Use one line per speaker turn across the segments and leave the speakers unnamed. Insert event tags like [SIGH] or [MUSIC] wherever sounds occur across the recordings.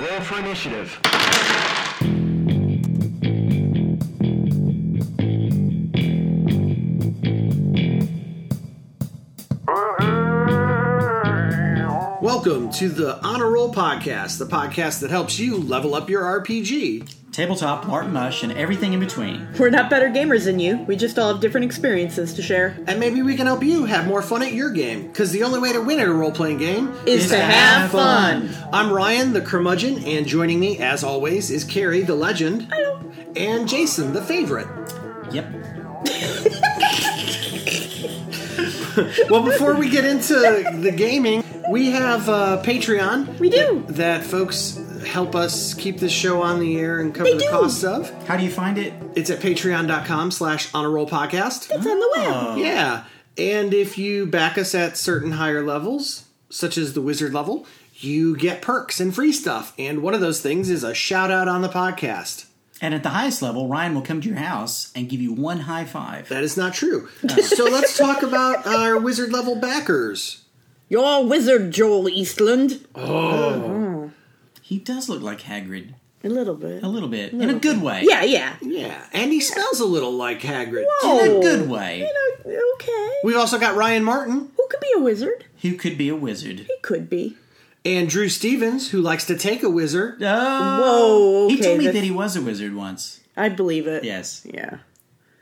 Roll for initiative.
Welcome to the Honor Roll Podcast, the podcast that helps you level up your RPG.
Tabletop, Martin Mush, and everything in between.
We're not better gamers than you. We just all have different experiences to share.
And maybe we can help you have more fun at your game, because the only way to win at a role playing game
Is to have fun.
I'm Ryan, the curmudgeon, and joining me, as always, is Carrie, the legend, and Jason, the favorite.
Yep.
Well, before we get into the gaming, we have uh, Patreon
We do.
that folks help us keep this show on the air and cover
They
the
do.
costs of.
How do you find it?
It's at patreon.com slash honor roll podcast.
It's on the
Ah.
web.
Yeah. And if you back us at certain higher levels, such as the wizard level, you get perks and free stuff. And one of those things is a shout out on the podcast.
And at the highest level, Ryan will come to your house and give you one high five.
That is not
[LAUGHS]
true. so let's talk about our wizard level backers.
You're a wizard, Joel Eastland.
He does look like Hagrid.
A little bit.
A little bit. in a good way.
Yeah, yeah.
Yeah. And he smells a little like Hagrid.
In a
Oh.
good way.
You know, okay.
We've also got Ryan Martin
Who could be a wizard?
Who could be a wizard?
He could be.
and Drew Stevens, who likes to take a wizard.
Oh,
Whoa. Okay,
he told me
that's-
that he was a wizard once.
I believe it.
Yes.
Yeah.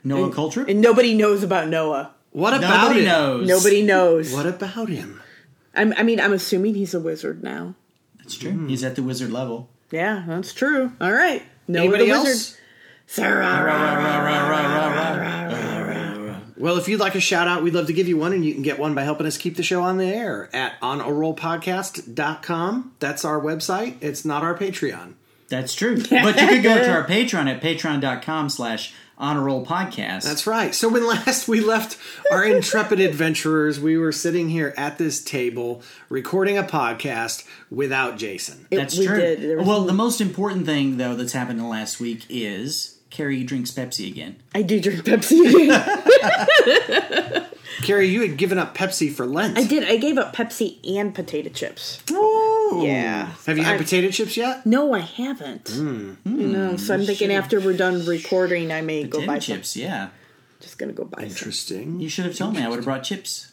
Noah Coltrane?
And nobody knows about Noah.
What about
Nobody
him?
knows.
Nobody knows.
What about him?
I'm, I mean, I'm assuming he's a wizard now.
That's true. He's at the wizard level.
Yeah, that's true. All right. Noah
Anybody
the
else?
wizard. Sarah.
Well, if you'd like a shout out, we'd love to give you one, and you can get one by helping us keep the show on the air at onarollpodcast.com. That's our website. It's not our Patreon.
That's true.
[LAUGHS]
But you could go to our Patreon at patreon.com slash honor roll podcast.
That's right. So when [LAUGHS] last we left our intrepid adventurers, we were sitting here at this table recording a podcast without Jason.
It-
That's
we
true.
did. There was-
well, the most important thing though that's happened in the last week is Carrie drinks Pepsi again.
I do drink Pepsi.
Carrie, you had given up Pepsi for Lent.
I did. I gave up Pepsi and potato chips. Yeah.
Have you had
I-
potato chips yet?
No, I haven't.
Hmm.
No, so I'm thinking after we're done recording, I may go
Potato
buy
chips, yeah.
some. Just gonna go buy some.
Interesting.
You should have told me. I would have brought chips.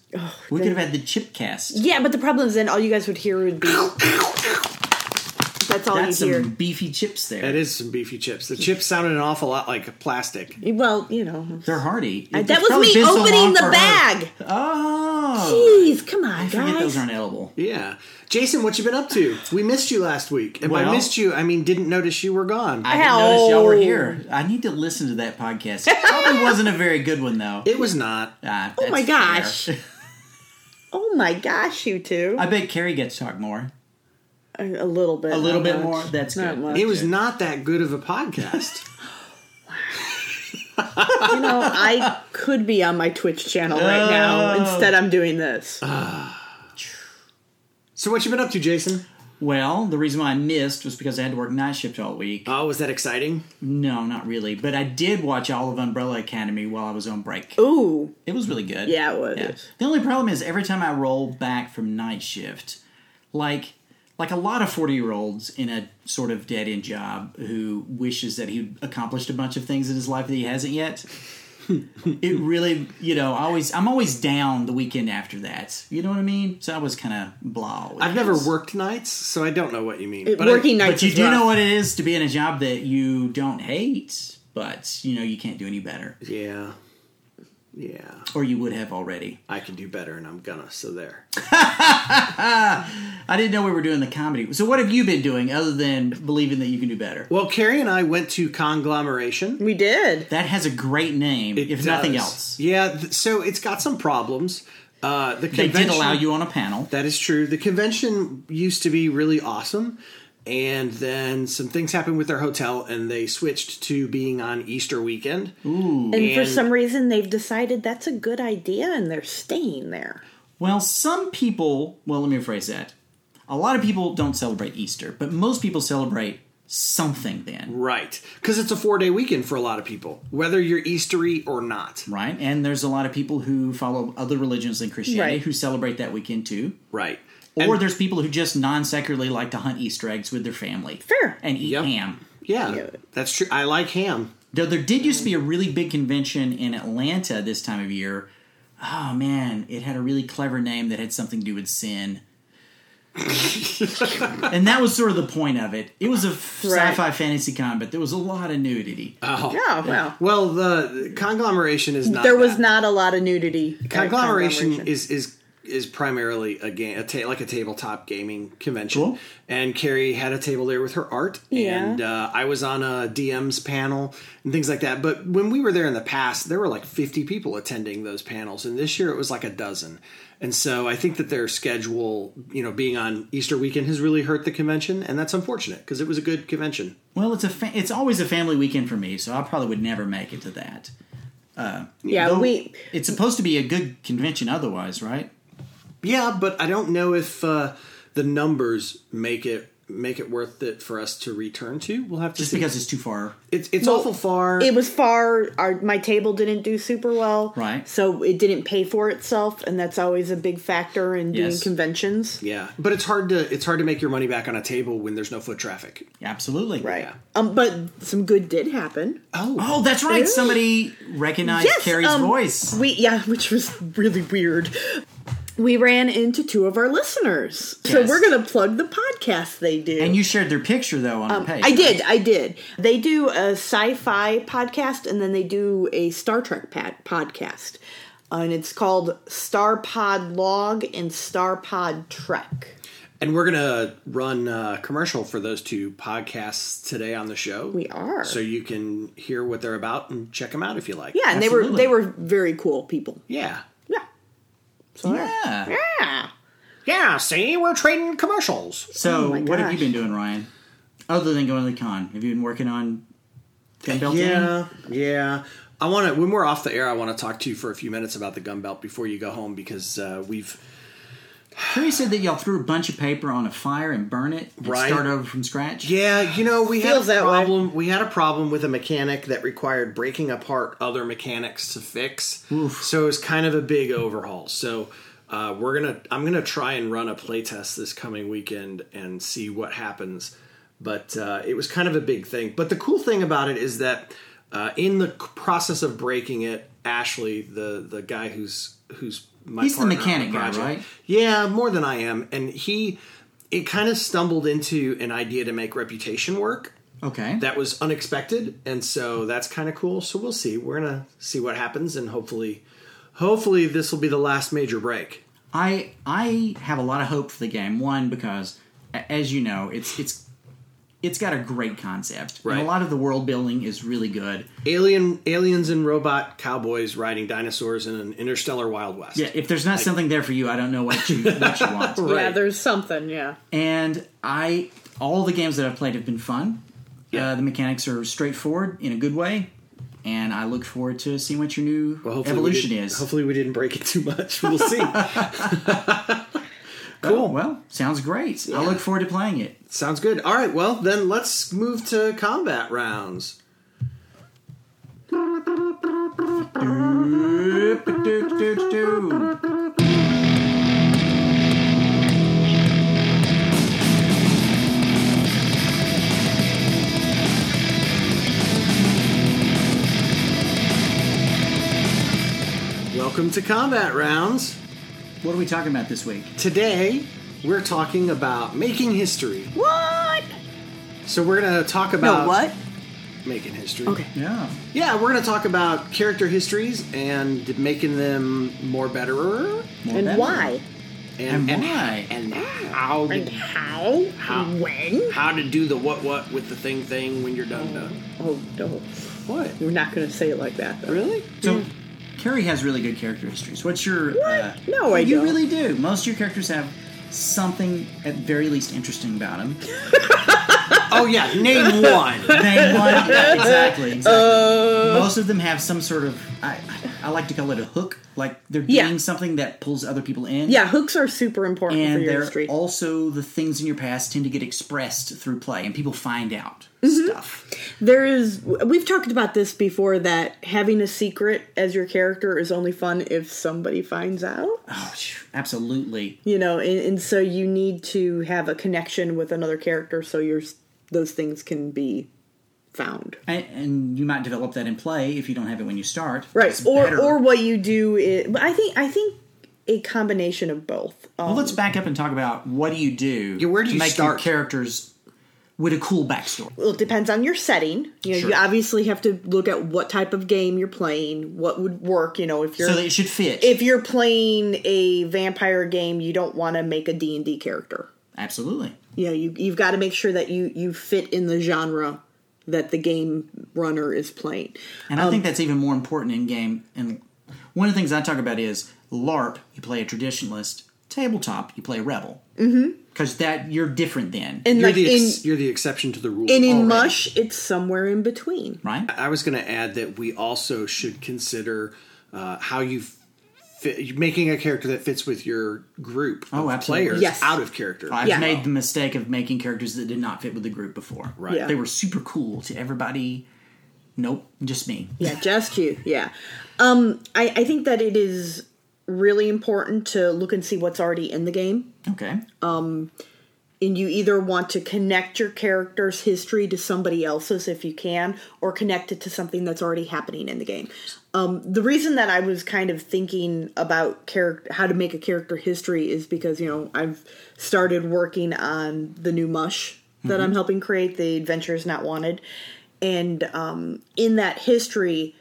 we could have had the chip cast.
Oh, Yeah, but the problem is then all you guys would hear would be that's all
That's
you
some
hear.
beefy chips there.
That is some beefy chips. The chips sounded an awful lot like plastic.
Well, you know,
They're hearty. It-
Uh, that
it's
was
probably
me
been so long
opening the
for her.
bag.
Oh.
Jeez, come on,
I forget
guys.
those aren't edible.
Yeah. Jason, what you been up to? We missed you last week. And by
Well-
missed you, I mean didn't notice you were gone.
I didn't notice y'all were
Ow.
here. I need to listen to that podcast.
[LAUGHS]
It probably wasn't a very good one though.
it was not.
Ah,
oh my
that's fair.
gosh. oh my gosh, you two.
I bet Carrie gets to talk more.
A a little bit.
A little
not
bit
much.
more. That's
Oh, Not
good.
much.
It was not that good of a podcast.
You know,
[LAUGHS]
I could be on my Twitch channel right now.
Oh.
Instead, I'm doing this.
Uh-huh.
so what you been up to, Jason?
Well, the reason why I missed was because I had to work night shift all week.
Oh, was that exciting?
No, not really. But I did watch all of Umbrella Academy while I was on break.
Ooh,
It was really good.
Yeah, it was.
The only problem is every time I roll back from night shift, like like a lot of 40 year olds in a sort of dead end job who wishes that he accomplished a bunch of things in his life that he hasn't yet. it really, you know, I always I'm always down the weekend after that. You know what I mean? So I was kind of blah. with
I've never
this.
worked nights, so I don't know what you mean.
It-
But I-
working nights.
But you
is
do
rough.
know what it is to be in a job that you don't hate, but you know you can't do any better,
Yeah. Yeah.
or you would have already.
I can do better and I'm gonna, so there.
I didn't know we were doing the comedy. So what have you been doing other than believing that you can do better?
Well, Carrie and I went to Conglomeration.
We did.
That has a great name,
It
if nothing
does.
else.
Yeah, th- so it's got some problems. Uh, the
They did
convention-
allow you on a panel.
That is true. The convention used to be really awesome, and then some things happened with their hotel, and they switched to being on Easter weekend.
And for
And-
some reason, they've decided that's a good idea and they're staying there.
Well, some people, well, let me rephrase that. A lot of people don't celebrate Easter, but most people celebrate something then,
Right, because it's a four day weekend for a lot of people, whether you're Eastery or not.
right? And there's a lot of people who follow other religions than Christianity
Right.
who celebrate that weekend too.
Right.
Or there's people who just non secularly like to hunt Easter eggs with their family.
Fair.
And eat
Yep.
ham.
Yeah,
Yeah.
that's true. I like ham.
Though there did used to be a really big convention in Atlanta this time of year. Oh man, it had a really clever name that had something to do with
[LAUGHS]
sin. and that was sort of the point of it. It was a f-
Right.
sci-fi fantasy con, but there was a lot of nudity.
Oh,
Yeah, well,
Well, the conglomeration is not.
there was
that.
not a lot of nudity. uh, at
conglomeration is is is primarily a game, a ta- like a tabletop gaming convention.
Cool.
And Carrie had a table there with her art,
Yeah.
and uh, I was on a DM's panel and things like that. But when we were there in the past, there were like fifty people attending those panels, and this year it was like a dozen. And so I think that their schedule, you know, being on Easter weekend has really hurt the convention, and that's unfortunate because it was a good convention.
Well, it's a fa- it's always a family weekend for me, so I probably would never make it to that.
Yeah,
Though
we.
It's supposed to be a good convention otherwise, right?
Yeah, but I don't know if uh, the numbers make it make it worth it for us to return to. We'll have to
Just
see.
because it's too far.
It's it's
Well,
awful far.
It was far. Our my table didn't do super well,
Right.
So it didn't pay for itself, and that's always a big factor in doing
Yes.
conventions.
yeah, but it's hard to it's hard to make your money back on a table when there's no foot traffic.
Absolutely.
Right. Um, but some good did happen.
Oh,
Oh, that's right. Somebody recognized Carrie's
um,
voice.
We yeah, [LAUGHS] which was really weird. We ran into two of our listeners, so
Yes.
we're gonna plug the podcast they do.
And you shared their picture though on the page.
I did, I did. They do a sci-fi podcast, and then they do a Star Trek pad- podcast, Uh, and it's called Star Pod Log and Star Pod Trek.
and we're gonna run a commercial for those two podcasts today on the show.
We are.
so you can hear what they're about and check them out if you like.
yeah, and they were
Absolutely.
they were very cool people.
yeah,
Yeah. So there.
Yeah.
Yeah.
yeah. See, we're trading commercials.
So
Oh my
what have you
gosh.
been doing, Ryan? Other than going to the con, have you been working on Gun Belt? Danny?
Yeah, yeah. I want to. When we're off the air, I want to talk to you for a few minutes about the gun belt before you go home because uh, we've
Carrie said that y'all threw a bunch of paper on a fire and burn it and
Right.
start over from scratch.
Yeah, you know, we had a
Feels that way.
problem. We had a problem with a mechanic that required breaking apart other mechanics to fix. So it was kind of a big overhaul. So uh, we're gonna, I'm gonna try and run a playtest this coming weekend and see what happens. But uh, it was kind of a big thing. But the cool thing about it is that uh, in the c- process of breaking it, Ashley, the the guy who's who's my
He's the
partner on
mechanic guy,
project,
right?
yeah, more than I am. And he, it kind of stumbled into an idea to make reputation work
Okay.
that was unexpected, and so that's kind of cool. So we'll see. We're gonna see what happens, and hopefully, hopefully this will be the last major break.
I I have a lot of hope for the game. One because, a- as you know, it's it's it's got a great concept. And
Right.
a lot of the world building is really good.
Alien, aliens, and robot cowboys riding dinosaurs in an interstellar wild west.
Yeah. If there's not something there for you, I don't know what you what you want.
Right.
Yeah, there's something, yeah.
and I all the games that I've played have been fun.
Yeah.
Uh, the mechanics are straightforward in a good way, and I look forward to seeing what your new
Well, hopefully we Oh,
evolution
didn't-
is.
Hopefully, we didn't break it too much. [LAUGHS] We'll see. cool.
Oh, Well, sounds great. I look forward to
[LAUGHS]
playing it.
Sounds good. All right. Well, then let's move to combat rounds.
Doop-a-doop-doop-doop.
Welcome to Combat Rounds.
What are we talking about this week?
Today, we're talking about making history.
What? Um,
So, we're going to talk
No,
about
what?
making history.
Okay.
Yeah.
Yeah, we're going to talk about character histories and making them more better.
More
And
better.
why?
And,
And why?
And how,
And how?
How?
When?
how to do the what what with the thing thing when you're done done.
Oh, no.
What?
We're not going to say it like that, though.
Really?
So, Carrie has really good character histories. What's your? Uh,
No, I
you
don't.
really do. Most of your characters have something at very least interesting about them.
Oh, yeah. Name one.
[LAUGHS] Uh,
Name one. Yeah, exactly. exactly. Most of them have some sort of. I, I- I like to call it a hook. Like they're doing
Yeah.
something that pulls other people in.
Yeah, hooks are super important for
And
your
they're
history.
also the things in your past tend to get expressed through play, and people find out
Mm-hmm.
stuff.
there is we've talked about this before that having a secret as your character is only fun if somebody finds out.
Oh, phew, absolutely.
You know, and, and so you need to have a connection with another character so your those things can be found.
And, and you might develop that in play if you don't have it when you start.
Right.
It's
Or
better.
or what you do is but I think I think a combination of both. Um,
Well, let's back up and talk about what do you do?
Yeah, where do
to
you
make your
start?
characters with a cool backstory?
well, it depends on your setting. You know,
Sure.
you obviously have to look at what type of game you're playing, what would work, you know, if you're
So that it should fit.
if you're playing a vampire game, you don't want to make a D&D character.
Absolutely.
You know, you you've got to make sure that you you fit in the genre that the game runner is playing.
And
Um,
I think that's even more important in game. And one of the things I talk about is LARP, you play a traditionalist, tabletop, you play a rebel. Mm-hmm. Because that you're different then.
And
You're,
like
the
in
ex- you're the exception to the rule.
and in
already.
Mush, it's somewhere in between.
right?
I was going to add that we also should consider uh, how you fit, making a character that fits with your group
Oh,
of
absolutely.
players
Yes.
out of character.
I've
Yeah.
made the mistake of making characters that did not fit with the group before. Right.
Yeah.
They were super cool to everybody. Nope, just me.
Yeah, just you. Yeah. Um I I think that it is really important to look and see what's already in the game.
Okay.
Uh, and you either want to connect your character's history to somebody else's if you can or connect it to something that's already happening in the game um, the reason that i was kind of thinking about character how to make a character history is because you know i've started working on the new mush that i'm helping create the adventure is not wanted and um, in that history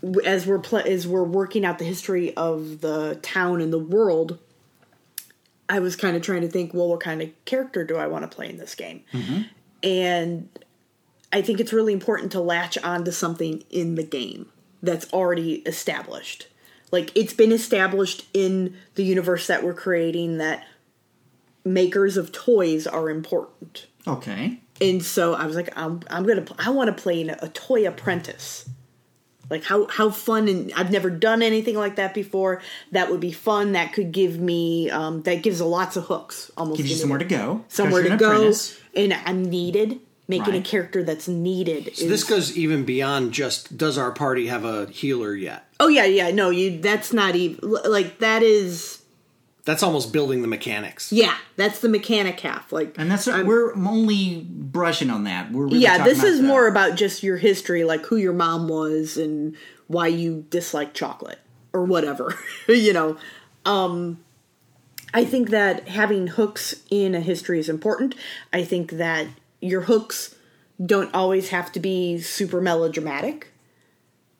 w- as we're pl- as we're working out the history of the town and the world I was kind of trying to think, well, what kind of character do I want to play in this game? And I think it's really important to latch onto something in the game that's already established. Like it's been established in the universe that we're creating that makers of toys are important.
Okay.
And so I was like, I'm, I'm gonna, pl- I want to play an, a toy apprentice. Like how how fun and I've never done anything like that before. That would be fun. That could give me um, that gives lots of hooks. Almost
Gives you
anywhere.
somewhere to go. 'cause
somewhere
you're
to
an
go,
apprentice.
and I'm needed. Making a
Right.
character that's needed.
So
is-
this goes even beyond just does our party have a healer yet?
oh yeah, yeah. No, you. That's not even like that is.
That's almost building the mechanics.
Yeah, that's the mechanic half. Like,
And that's we're only brushing on that. We're really
yeah.
talking
This
about
is
the-
more about just your history, like who your mom was and why you dislike chocolate or whatever. [LAUGHS] you know, um, I think that having hooks in a history is important. I think that your hooks don't always have to be super melodramatic.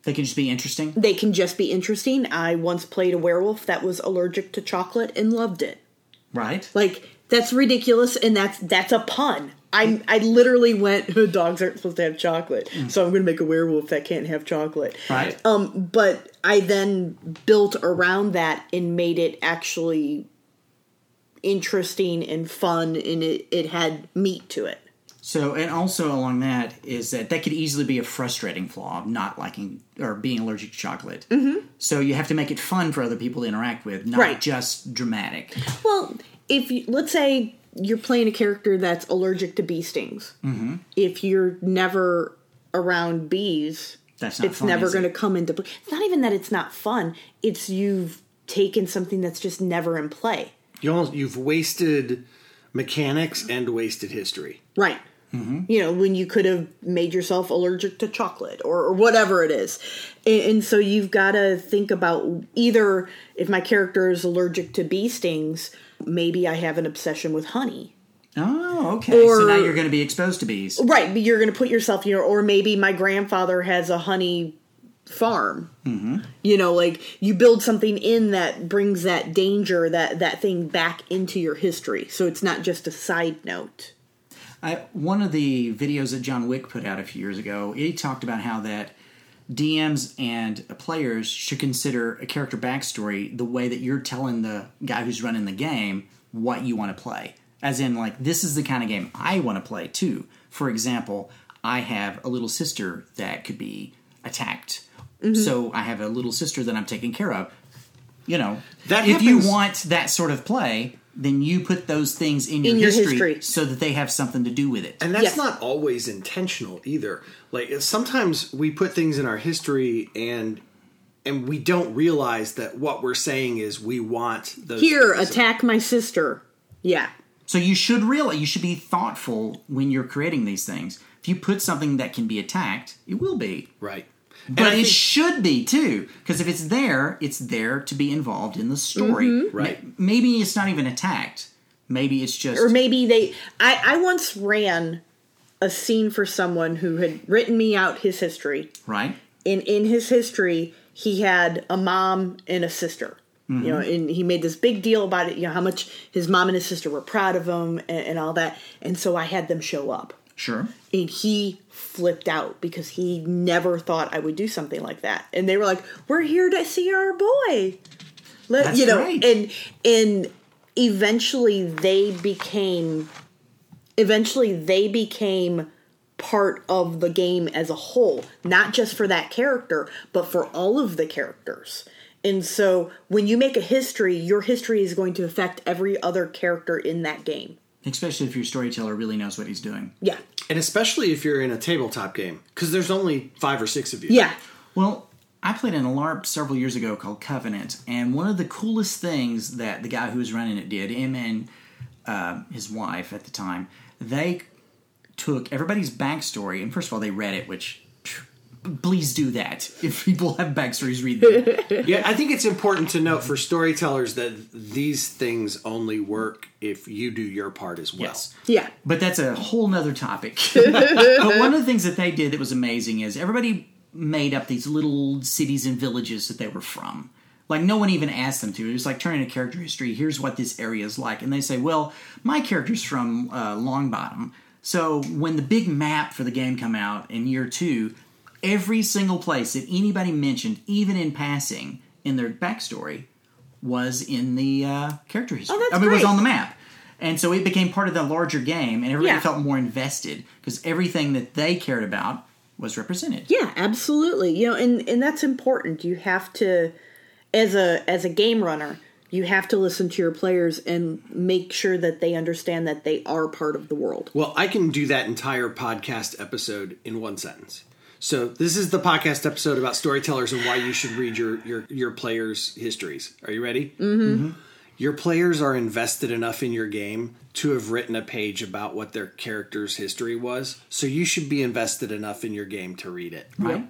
they can just be interesting.
they can just be interesting. I once played a werewolf that was allergic to chocolate and loved it.
Right.
Mm-hmm. Like that's ridiculous, and that's that's a pun. I I literally went. [LAUGHS] Dogs aren't supposed to have chocolate, so I'm going to make a werewolf that can't have chocolate.
right.
Um, but I then built around that and made it actually interesting and fun, and it it had meat to it.
so and also along that is that that could easily be a frustrating flaw of not liking or being allergic to chocolate. Mm-hmm. So you have to make it fun for other people to interact with, not
Right.
just dramatic.
Well, if you, let's say you're playing a character that's allergic to bee stings, if you're never around bees,
That's not.
it's
fun,
never
is it?
going to come into play. It's not even that it's not fun; it's you've taken something that's just never in play,
You almost you've wasted mechanics and wasted history.
right? Mm-hmm. You know, when you could have made yourself allergic to chocolate or, or whatever it is. And, and so you've got to think about either if my character is allergic to bee stings, maybe I have an obsession with honey.
Oh, okay. so
Or-
now you're going to be exposed to bees.
Right, but you're going to put yourself, you know, or maybe my grandfather has a honey farm. Mm-hmm. You know, like you build something in that brings that danger, that that thing back into your history, so it's not just a side note.
I, one of the videos that John Wick put out a few years ago, he talked about how that DMs and players should consider a character backstory the way that you're telling the guy who's running the game what you want to play. As in, like, this is the kind of game I want to play too. For example, I have a little sister that could be attacked,
Mm-hmm.
So I have a little sister that I'm taking care of. You know,
That
if you
happens-
want that sort of play, then you put those things in your,
your
history,
history.
so that they have something to do with it.
And that's
Yes.
not always intentional either. Like it's- sometimes we put things in our history and and we don't realize that what we're saying is we want those
Here,
things.
attack my sister. Yeah.
So you should realize you should be thoughtful when you're creating these things. If you put something that can be attacked, it will be.
right.
But
and I
it
think-
should be too, because if it's there, it's there to be involved in the story.
Right.
Ma- Maybe it's not even attacked. Maybe it's just
Or maybe they. I, I once ran a scene for someone who had written me out his history.
right.
in in his history he had a mom and a sister you know and he made this big deal about it you know how much his mom and his sister were proud of him and, and all that and so i had them show up
Sure.
and he flipped out because he never thought i would do something like that and they were like we're here to see our boy Let,
That's
you know
great.
and and eventually they became eventually they became part of the game as a whole, not just for that character, but for all of the characters. And so when you make a history, your history is going to affect every other character in that game.
Especially if your storyteller really knows what he's doing.
Yeah.
and especially if you're in a tabletop game because there's only five or six of you.
Yeah.
Well, I played in a LARP several years ago called Covenant, and one of the coolest things that the guy who was running it did, him and uh, his wife at the time, they took everybody's backstory, and first of all, they read it, which phew, please do that. [LAUGHS] If people have backstories, read them.
Yeah, I think it's important to note for storytellers that these things only work if you do your part as well.
yes.
Yeah.
But that's a whole nother
[LAUGHS]
topic. but one of the things that they did that was amazing is everybody made up these little cities and villages that they were from. Like no one even asked them to. It was like turning a character history. Here's what this area is like, and they say, "Well, my character's from uh, Longbottom." So when the big map for the game come out in year two, every single place that anybody mentioned, even in passing, in their backstory, was in the uh, character history.
Oh, that's
I mean, it was
great.
on the map. And so it became part of the larger game, and everybody
Yeah.
felt more invested because everything that they cared about was represented.
Yeah, absolutely. You know, and and that's important. You have to as a as a game runner, you have to listen to your players and make sure that they understand that they are part of the world.
Well, I can do that entire podcast episode in one sentence. So this is the podcast episode about storytellers and why you should read your your your players' histories. Are you ready? Mm-hmm. Your players are invested enough in your game to have written a page about what their character's history was. So you should be invested enough in your game to read it.
Right?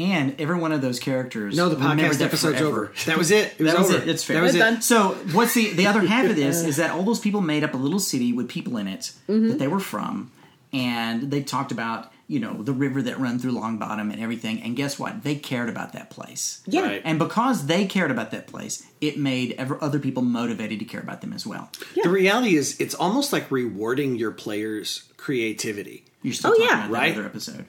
And every one of those characters.
No, the
remembered
podcast
that
episode's
forever.
over. That was it. It was
that was
over.
it. It's fair.
That was
We're done.
it.
So what's the the other half
[LAUGHS]
of this is that all those people made up a little city with people in it
Mm-hmm.
that they were from, and they talked about you know the river that run through Longbottom and everything. And guess what? They cared about that place.
Yeah.
Right.
And because they cared about that place, it made ever other people motivated to care about them as well.
The reality is, it's almost like rewarding your players' creativity.
You're still
Oh,
talking
yeah.
about
Right.
that other episode.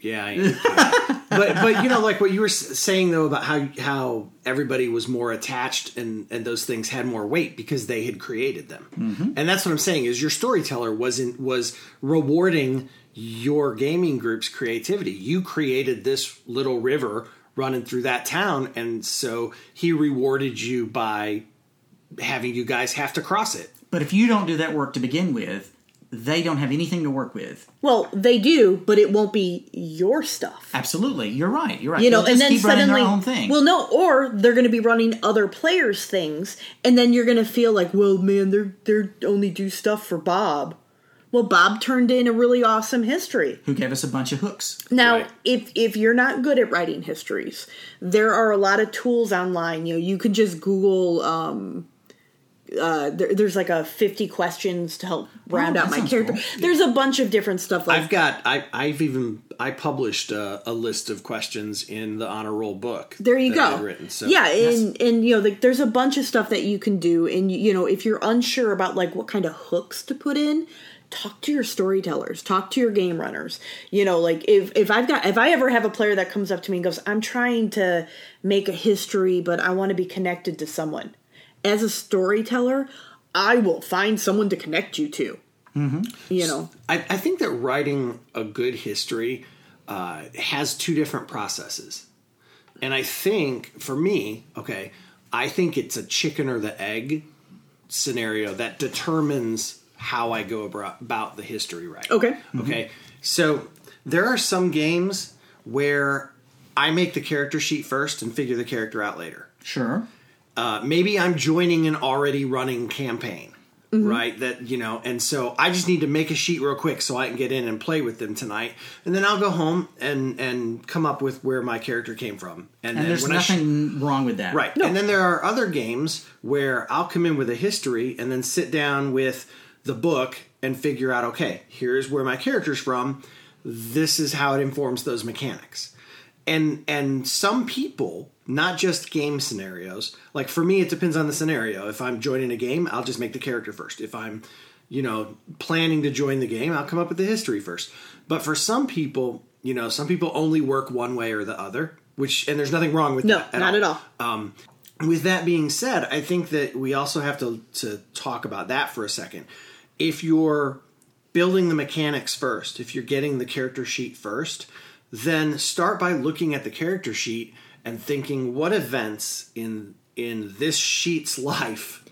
Yeah, I but but you know, like what you were s- saying though about how how everybody was more attached and and those things had more weight because they had created them, and that's what I'm saying is your storyteller wasn't was rewarding your gaming group's creativity. You created this little river running through that town, and so he rewarded you by having you guys have to cross it.
But if you don't do that work to begin with, they don't have anything to work with.
Well, they do, but it won't be your stuff.
Absolutely, you're right. You're right.
you know,
They'll
and
just
then
keep
suddenly,
running their own thing.
well, no, or they're going to be running other players' things, and then you're going to feel like, well, man, they're they're only do stuff for Bob. Well, Bob turned in a really awesome history.
Who gave us a bunch of hooks?
Now,
Right.
if if you're not good at writing histories, there are a lot of tools online. You know, you could just Google. Um, uh, there, there's like a 50 questions to help round
Oh,
out
that
my
sounds
character.
cool.
There's a bunch of different stuff like
I've got I I've even I published a, a list of questions in the honor roll book.
There you
that I
go.
had Written, so
yeah, and and you know, like there's a bunch of stuff that you can do, and you know, if you're unsure about like what kind of hooks to put in, talk to your storytellers, talk to your game runners. You know, like if if I've got if I ever have a player that comes up to me and goes, "I'm trying to make a history, but I want to be connected to someone," as a storyteller, I will find someone to connect you to. Mm-hmm. You know,
I, I think that writing a good history uh, has two different processes. And I think for me, okay, I think it's a chicken or the egg scenario that determines how I go abro- about the history right.
Okay.
Okay. So there are some games where I make the character sheet first and figure the character out later.
Sure.
Uh, maybe I'm joining an already running campaign,
Mm-hmm.
right? That, you know, and so I just need to make a sheet real quick so I can get in and play with them tonight. And then I'll go home and and come up with where my character came from. And,
And
then
there's
when I sh-
nothing wrong with that.
Right. And then there are other games where I'll come in with a history and then sit down with the book and figure out okay, here's where my character's from. This is how it informs those mechanics. And and some people, not just game scenarios, like for me it depends on the scenario. If I'm joining a game, I'll just make the character first. If I'm, you know, planning to join the game, I'll come up with the history first. But for some people, you know, some people only work one way or the other, which and there's nothing wrong with
No,
that
not at all.
with that being said, I think that we also have to to talk about that for a second. If you're building the mechanics first, if you're getting the character sheet first, then start by looking at the character sheet and thinking what events in in this sheet's [LAUGHS] life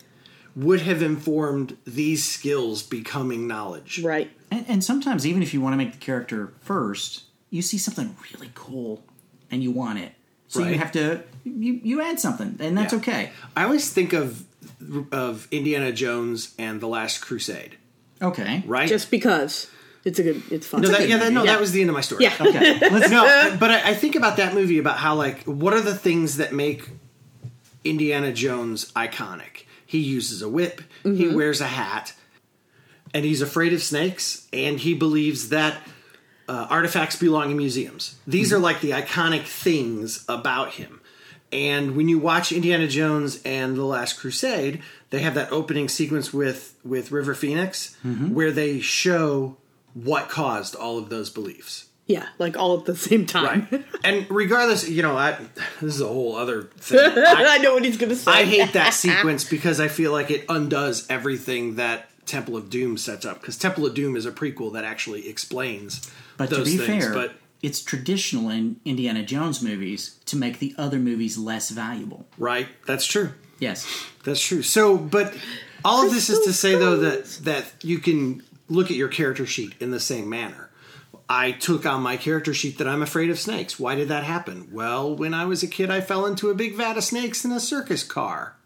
would have informed these skills becoming knowledge.
Right.
And, and sometimes, even if you want to make the character first, you see something really cool and you want it. So you
Right.
have to you, you add something, and that's
Yeah.
okay.
I always think of of Indiana Jones and the Last Crusade,
Okay.
right?
Just because it's a good, it's fun.
no, that, yeah, that, no,
Yeah.
that was the end of my story. [LAUGHS]
yeah.
Okay. Let's,
no, but I, I think about that movie about how like what are the things that make Indiana Jones iconic? He uses a whip. He wears a hat, and he's afraid of snakes. And he believes that uh, artifacts belong in museums. These are like the iconic things about him. And when you watch Indiana Jones and The Last Crusade, they have that opening sequence with with River Phoenix, where they show what caused all of those beliefs.
Yeah, like all at the same time.
And regardless, you know, I, this is a whole other thing.
[LAUGHS]
I,
I know what he's gonna say.
I hate that sequence because I feel like it undoes everything that Temple of Doom sets up. Because Temple of Doom is a prequel that actually explains
But
those
to be
things.
fair,
But
it's traditional in Indiana Jones movies to make the other movies less valuable.
right, that's true.
Yes.
That's true. So, but all of this is to say though that that you can look at your character sheet in the same manner. I took on my character sheet that I'm afraid of snakes. Why did that happen? Well, when I was a kid, I fell into a big vat of snakes in a circus car.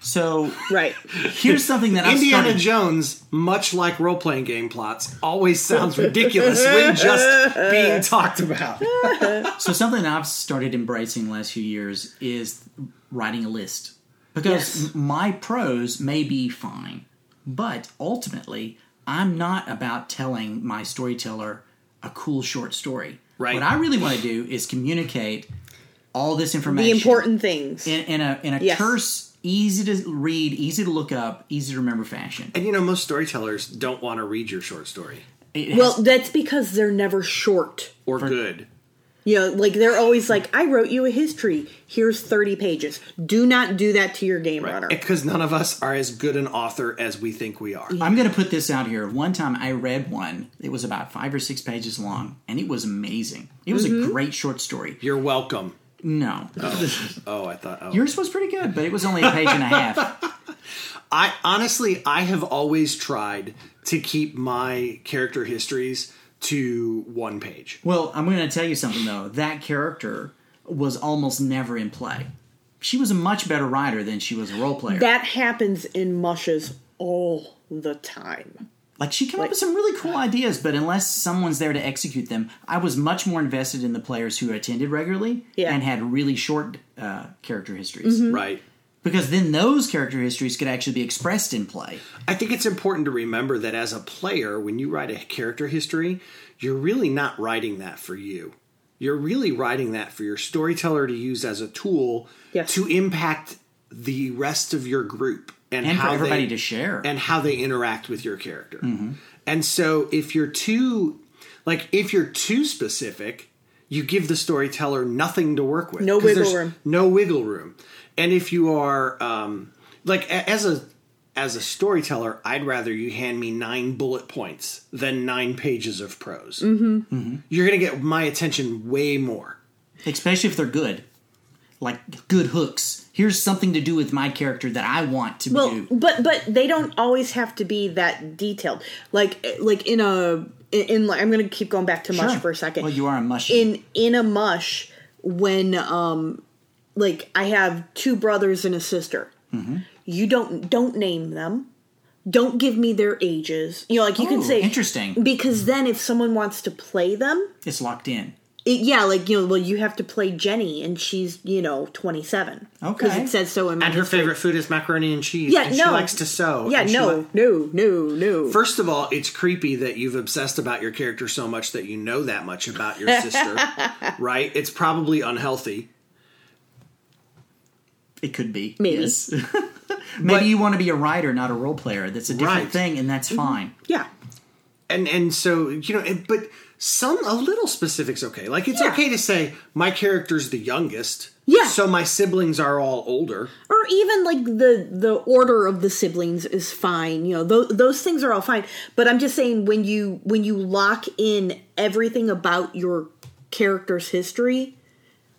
So
Right.
here's something that I've
Indiana
started-
Jones, much like role playing game plots, always sounds ridiculous when just being talked about.
So something that I've started embracing the last few years is writing a list because
Yes.
m- my prose may be fine, but ultimately I'm not about telling my storyteller a cool short story.
Right.
What I really want to do is communicate all this
The
information.
important things.
in, in a in a
Yes.
terse, easy to read, easy to look up, easy to remember fashion.
And you know, most storytellers don't want to read your short story
It has-
Well, that's because they're never short.
or good.
You know, like they're always like, I wrote you a history. Here's 30 pages. Do not do that to your game runner.
Because none of us are as good an author as we think we are.
I'm going to put this out here. One time I read one, it was about five or six pages long, and it was amazing. It was a great short story.
You're welcome.
No.
Oh, I thought. Oh.
[LAUGHS] Yours was pretty good, but it was only a page and a half. [LAUGHS]
I honestly, I have always tried to keep my character histories to one page.
Well, I'm going to tell you something, though. That character was almost never in play. She was a much better writer than she was a role player.
That happens in mushes all the time.
like, she came up with some really cool ideas, but unless someone's there to execute them, I was much more invested in the players who attended regularly
Yeah.
and had really short uh, character histories.
Right.
because then those character histories could actually be expressed in play.
I think it's important to remember that as a player, when you write a character history, you're really not writing that for you. You're really writing that for your storyteller to use as a tool
Yes.
to impact the rest of your group and,
And for
how
everybody
they,
to share.
and how they interact with your character. And so if you're too like if you're too specific, you give the storyteller nothing to work with.
No
'cause
wiggle
there's
room.
No wiggle room. And if you are um like a- as a as a storyteller, I'd rather you hand me nine bullet points than nine pages of prose. Mm-hmm. You're going to get my attention way more.
Especially if they're good. like good hooks. Here's something to do with my character that I want to
Well,
do.
but but they don't always have to be that detailed. Like like in a in, in I'm going to keep going back to mush
Sure.
for a second.
Well, you are a mush.
in in a mush when um like I have two brothers and a sister. You don't don't name them. Don't give me their ages. You know, like you
Ooh,
can say
interesting.
because then if someone wants to play them,
It's locked in.
it, yeah, like you know, well, you have to play Jenny, and she's you know twenty seven. because
Okay.
it says so in my
And her
history.
favorite food is macaroni and cheese.
Yeah,
and
no.
She likes to sew.
Yeah,
and she
no,
li-
no, no, no.
First of all, it's creepy that you've obsessed about your character so much that you know that much about your
[LAUGHS]
sister, right? It's probably unhealthy.
It could be.
Maybe.
Yes. [LAUGHS] Maybe you want to be a writer, not a role player. That's a different
Right.
thing, and
Mm-hmm.
that's fine.
yeah,
and and so you know and, but some a little specifics okay like it's
Yeah.
okay to say my character's the youngest
Yeah.
so my siblings are all older
or even like the the order of the siblings is fine. You know, those those things are all fine. But I'm just saying when you when you lock in everything about your character's history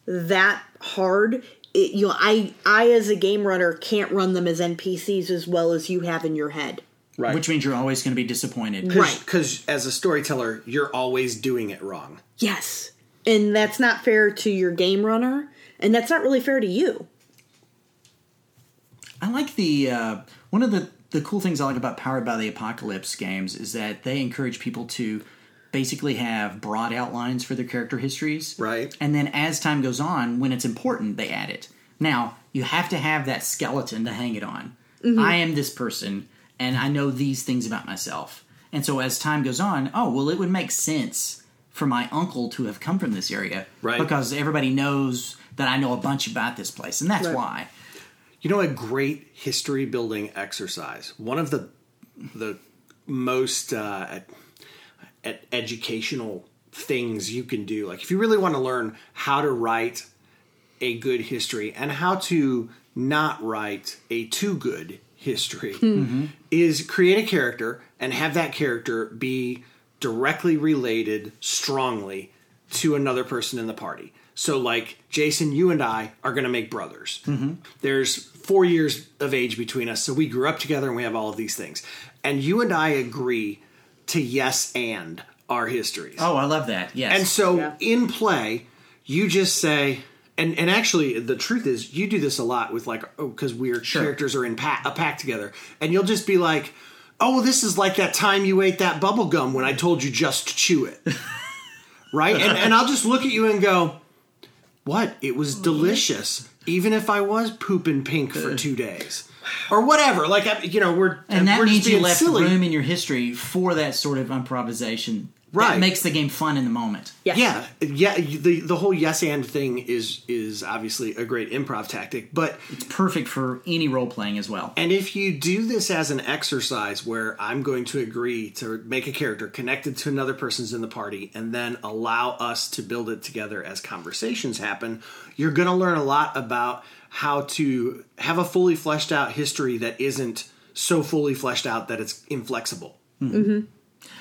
that hard. It, you know, I I as a game runner can't run them as NPCs as well as you have in your head.
right
Which
which
means you're always going to be disappointed.
Right.
because as a storyteller you're always doing it wrong
Yes. And that's not fair to your game runner, and that's not really fair to you.
I like the uh, one of the the cool things I like about Powered by the Apocalypse games is that they encourage people to basically have broad outlines for their character histories,
Right.
And then as time goes on, when it's important, they add it. Now you have to have that skeleton to hang it on. I am this person, and I know these things about myself. And so as time goes on, oh well, it would make sense for my uncle to have come from this area,
Right.
Because everybody knows that I know a bunch about this place, and that's
Right.
why.
you know a great history building exercise one of the the most uh, ed- ed- educational things you can do like if you really want to learn how to write a good history and how to not write a too good history is create a character and have that character be directly related strongly to another person in the party. So, like, Jason, you and I are going to make brothers. There's four years of age between us, so we grew up together and we have all of these things. And you and I agree to yes and our histories.
Oh, I love that. Yes.
And so
Yeah.
in play, you just say, and and actually, the truth is, you do this a lot with like, oh, because we're characters are in pa- a pack together, and you'll just be like, oh, well, this is like that time you ate that bubble gum when I told you just to chew
[LAUGHS]
it, right? And and I'll just look at you and go, what? It was delicious, even if I was pooping pink for two days, or whatever. Like I- you know, we're
and that
we're
means
just
you
being
left
silly.
room in your history for that sort of improvisation. That
Right.
makes the game fun in the moment.
Yes.
Yeah, yeah. The the whole yes and thing is is obviously a great improv tactic, but
It's perfect for any role playing as well.
and if you do this as an exercise where I'm going to agree to make a character connected to another person's in the party, and then allow us to build it together as conversations happen, you're going to learn a lot about how to have a fully fleshed out history that isn't so fully fleshed out that it's inflexible.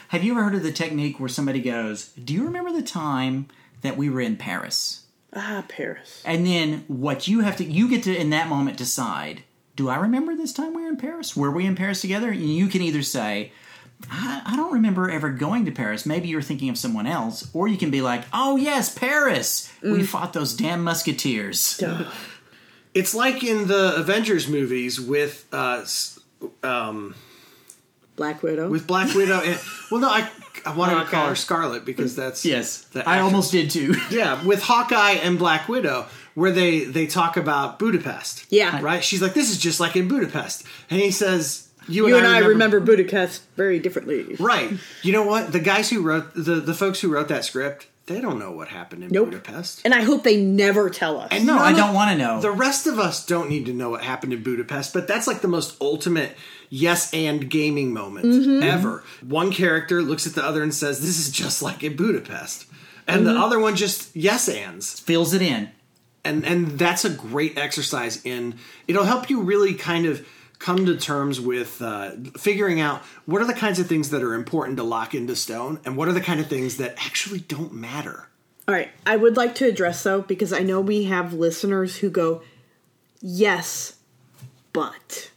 Have you ever heard of the technique where somebody goes, Do you remember the time that we were in Paris?
Ah, Paris.
And then what you have to, you get to in that moment decide, Do I remember this time we were in Paris? Were we in Paris together? And you can either say, I, I don't remember ever going to Paris. Maybe you're thinking of someone else. Or you can be like, Oh, yes, Paris. We
Mm.
fought those damn musketeers.
It's like in the Avengers movies with uh, s-
Black Widow.
with Black Widow. And, well, no, I I wanted to
Okay.
call her Scarlet because that's
Yes,
the
I
actress.
almost did too.
yeah with Hawkeye and Black Widow where they they talk about Budapest.
Yeah.
right. She's like, this is just like in Budapest, and he says, "You,
you and I remember Budapest very differently.
[LAUGHS] Right. You know what? The guys who wrote the the folks who wrote that script, they don't know what happened in
Nope.
Budapest.
And I hope they never tell us.
And
[LAUGHS] No, I
none
don't
of-
want to know.
The rest of us don't need to know what happened in Budapest, but that's like the most ultimate yes and gaming moment ever. One character looks at the other and says, This is just like in Budapest. And the other one just yes ands.
Fills it in.
And and that's a great exercise in it'll help you really kind of come to terms with uh, figuring out what are the kinds of things that are important to lock into stone and what are the kind of things that actually don't matter.
All right. I would like to address though, because I know we have listeners who go, yes, but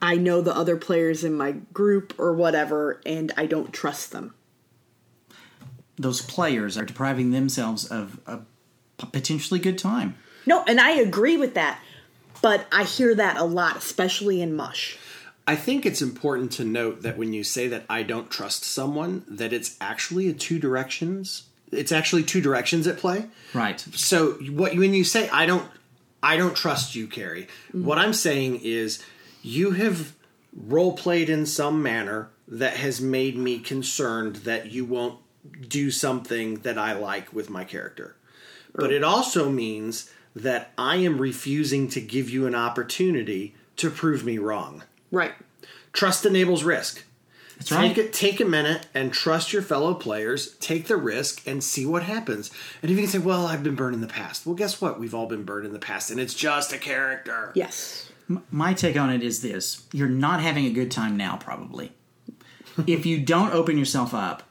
I know the other players in my group or whatever, and I don't trust them.
Those players are depriving themselves of a p- potentially good time.
No, and I agree with that, but I hear that a lot, especially in Mush.
I think it's important to note that when you say that I don't trust someone, that it's actually a two directions. It's actually two directions at play.
Right.
So what when you say I don't I don't trust you, Carrie, what I'm saying is you have role played in some manner that has made me concerned that you won't do something that I like with my character. But it also means that I am refusing to give you an opportunity to prove me wrong.
Right.
Trust enables risk. That's
right.
Take a, take a minute and trust your fellow players. Take the risk and see what happens. And if you can say, "Well, I've been burned in the past," well, guess what? We've all been burned in the past, and it's just a character.
Yes.
My take on it is this you're not having a good time now, probably. if you don't open yourself up,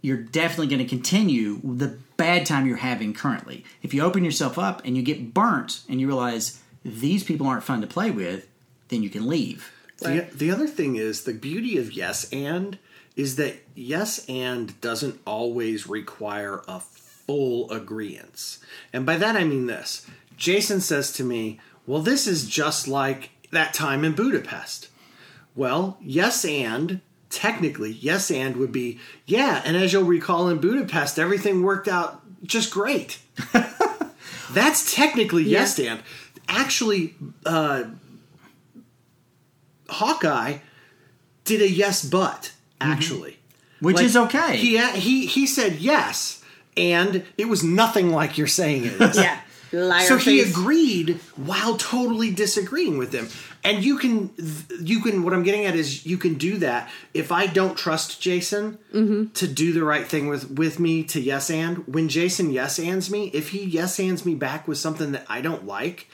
you're definitely going to continue the bad time you're having currently. If you open yourself up and you get burnt and you realize these people aren't fun to play with, then you can leave.
The, the other thing is the beauty of yes and is that yes and doesn't always require a full agreement. And by that I mean this. Jason says to me, "Well, this is just like that time in Budapest." Well, yes and technically yes and would be yeah, and as you'll recall in Budapest, everything worked out just great. That's technically yes and. Actually, uh, Hawkeye did a yes but actually,
Which
Like,
is okay.
He he he said yes, and it was nothing like you're saying it is.
Yeah. Liar
Uh, So he
face.
agreed while totally disagreeing with him. And you can, you can. What I'm getting at is, you can do that if I don't trust Jason to do the right thing with with me to yes and. When Jason yes ands me, if he yes ands me back with something that I don't like,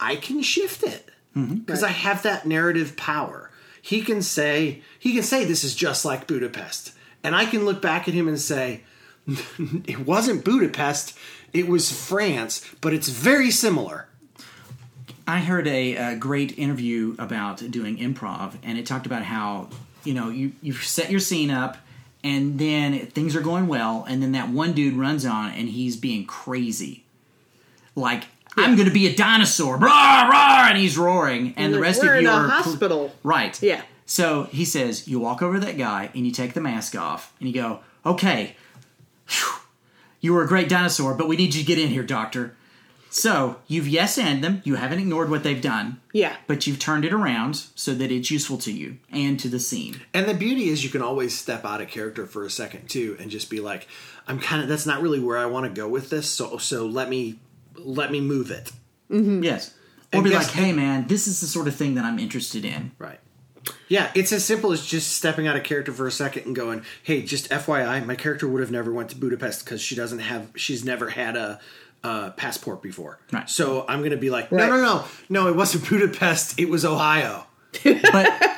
I can shift it because I have that narrative power. He can say he can say this is just like Budapest, and I can look back at him and say it wasn't Budapest, it was France, but it's very similar.
I heard a, uh great interview about doing improv, and it talked about how you know you you set your scene up, and then things are going well, and then that one dude runs on, and he's being crazy, like I'm going to be a dinosaur, rah rah, and he's roaring, and the
like,
rest
"We're
of
in
you
a
are
hospital."
right?
Yeah.
So he says you walk over to that guy and you take the mask off, and you go, okay, you were a great dinosaur, but we need you to get in here, doctor. So you've yes and them. You haven't ignored what they've done.
Yeah.
But you've turned it around so that it's useful to you and to the scene.
And the beauty is you can always step out of character for a second too and just be like, I'm kind of that's not really where I want to go with this, so so let me let me move it.
Yes. Or
Hmm. And
be
guess-
like, hey man, this is the sort of thing that I'm
[LAUGHS]
interested in.
Right. Yeah, it's as simple as just stepping out of character for a second and going, "Hey, just FYI, my character would have never went to Budapest because she doesn't have, she's never had a, uh passport before.
Right.
So I'm gonna be like,
Right.
no, no, no, no, it wasn't [LAUGHS] Budapest, it was Ohio.
But but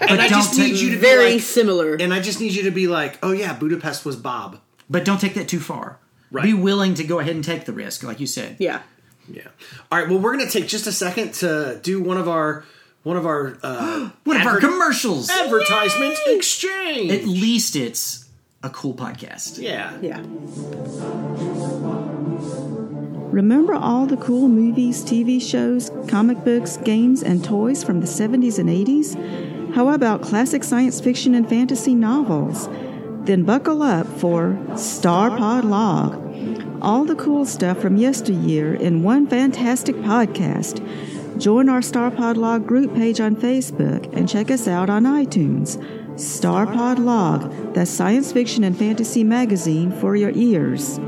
I
don't
just
take
need you to be
Very
like-
similar.
And I just need you to be like, oh yeah, Budapest was Bob.
but don't take that too far.
Right.
Be willing to go ahead and take the risk, like you said.
yeah.
Yeah. All right. Well, we're gonna take just a second to do one of our one of our uh,
What about
adver-
commercials?
advertisement exchange?
At least it's a cool podcast.
yeah.
Yeah.
Remember all the cool movies, TV shows, comic books, games, and toys from the 70s and 80s? How about classic science fiction and fantasy novels? Then buckle up for Star Pod Log. All the cool stuff from yesteryear in one fantastic podcast. Join our Star Pod Log group page on Facebook and check us out on iTunes. Star Pod Log, the science fiction and fantasy magazine for your ears.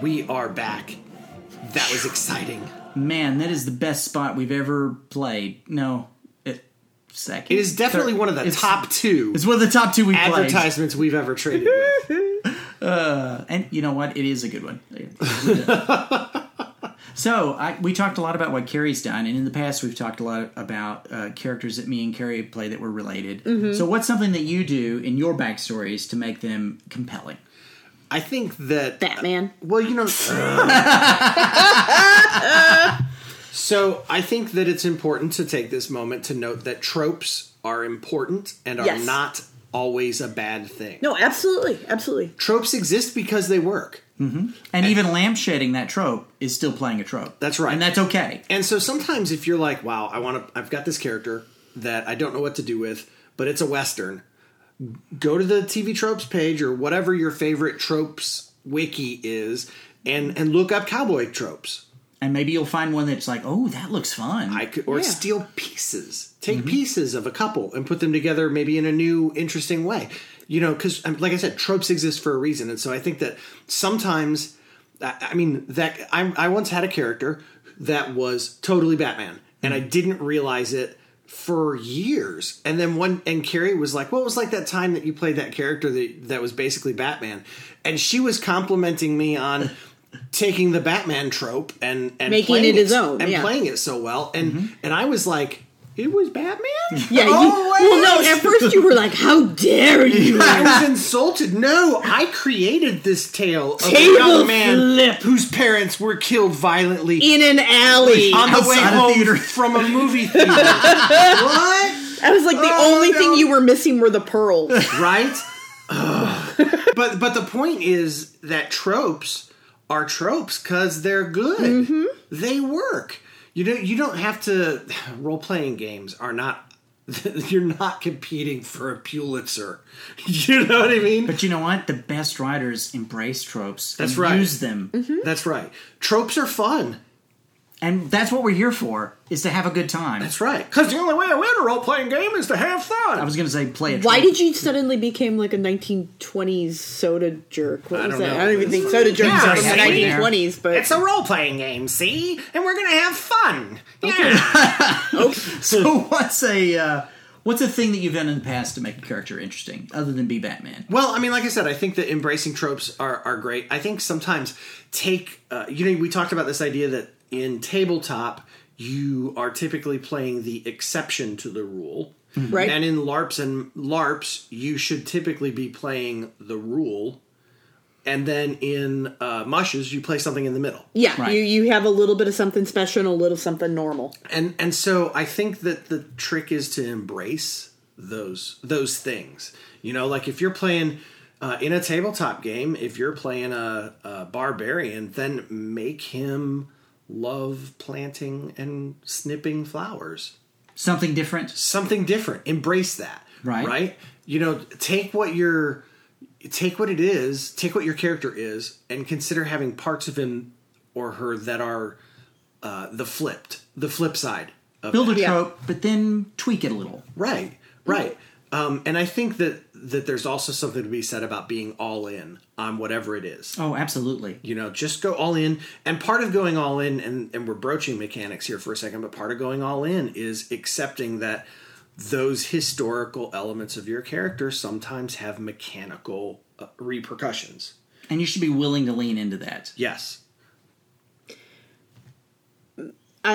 We are back. That was exciting.
Man, that is the best spot we've ever played. No, it, second.
It is definitely one of the
It's-
top two
It's one of the top two we played.
advertisements we've ever traded. with. [LAUGHS]
And you know what? It is a good one. So I, we talked a lot about what Carrie's done, and in the past we've talked a lot about uh, characters that me and Carrie play that were related. So what's something that you do in your backstories to make them compelling?
I think that
Batman.
Well, you [LAUGHS] know. so I think that it's important to take this moment to note that tropes are important and are
Yes.
not always a bad thing.
No, absolutely, absolutely.
Tropes exist because they work.
And even lampshading that trope is still playing a trope.
That's right.
and that's okay.
And so sometimes if you're like, wow, I want to, I've got this character that I don't know what to do with, but it's a Western, go to the TV tropes page or whatever your favorite tropes wiki is and, and look up cowboy tropes.
And maybe you'll find one that's like, oh, that looks fun.
I could, or
Yeah. Mm-hmm.
steal pieces. Take pieces of a couple and put them together, maybe in a new, interesting way. You know, because like I said, tropes exist for a reason, and so I think that sometimes, I, I mean, that I, I once had a character that was totally Batman, and I
Mm-hmm.
didn't realize it for years. And then one, and Carrie was like, "What was like that time that you played that character that that was basically Batman?" And she was complimenting me
[LAUGHS]
on. Taking the Batman trope and, and
Making
playing
it his own,
and
yeah.
playing it so well, and and I was like, it was Batman.
Mm-hmm. [LAUGHS] Yeah. You, well, no. At first, you were like, "How dare you?"
[LAUGHS] I was insulted. No, I created this tale of
Table
a young man
flip.
whose parents were killed violently
In an alley.
on the
Outside
way
a
home
theater.
from a movie theater. what?
[LAUGHS] I was like, the
Oh,
only thing
no.
you were missing were the pearls.
Right? Ugh. but but the point is that tropes are tropes because they're good.
Mm-hmm.
They work. You don't you don't have to [SIGHS] role playing games are not [LAUGHS] you're not competing for a Pulitzer. [LAUGHS] You know what I mean?
But you know what? The best writers embrace tropes.
That's
and
right.
Use them,
Mm-hmm.
That's right. Tropes are fun.
and that's what we're here for: is to have a good time.
That's right. Because the only way to win a role playing game is to have fun.
I was going to say play a
[LAUGHS] Why
trope.
did you suddenly become like a 1920s soda jerk? What
I
was
don't
that?
know.
I don't even think soda jerks
Yeah,
are from the
it's right there.
1920s, but
it's a role playing game, see? And we're going to have fun. Yeah.
So [LAUGHS] what's a uh, what's a thing that you've done in the past to make a character interesting, other than be Batman?
well, I mean, like I said, I think that embracing tropes are, are great. I think sometimes take, uh, you know, we talked about this idea that in tabletop, you are typically playing the exception to the rule.
right?
And in LARPs and LARPs, you should typically be playing the rule. And then in uh, mushes, you play something in the middle.
yeah,
Right.
you you have a little bit of something special and a little something normal.
and and so I think that the trick is to embrace those those things. You know, like if you're playing uh, in a tabletop game, if you're playing a, a barbarian, then make him love planting and snipping flowers.
Something different.
Something different. Embrace that.
Right.
Right. You know, take what your take what it is, take what your character is, and consider having parts of him or her that are uh, the flipped, the flip side of
Build a
Yeah.
trope, but then tweak it a little.
Right, right. Um, and I think that that there's also something to be said about being all in on whatever it is.
Oh, absolutely.
You know, just go all in. And part of going all in, and, and we're broaching mechanics here for a second, but part of going all in is accepting that those historical elements of your character sometimes have mechanical uh, repercussions.
And you should be willing to lean into that.
Yes.
I,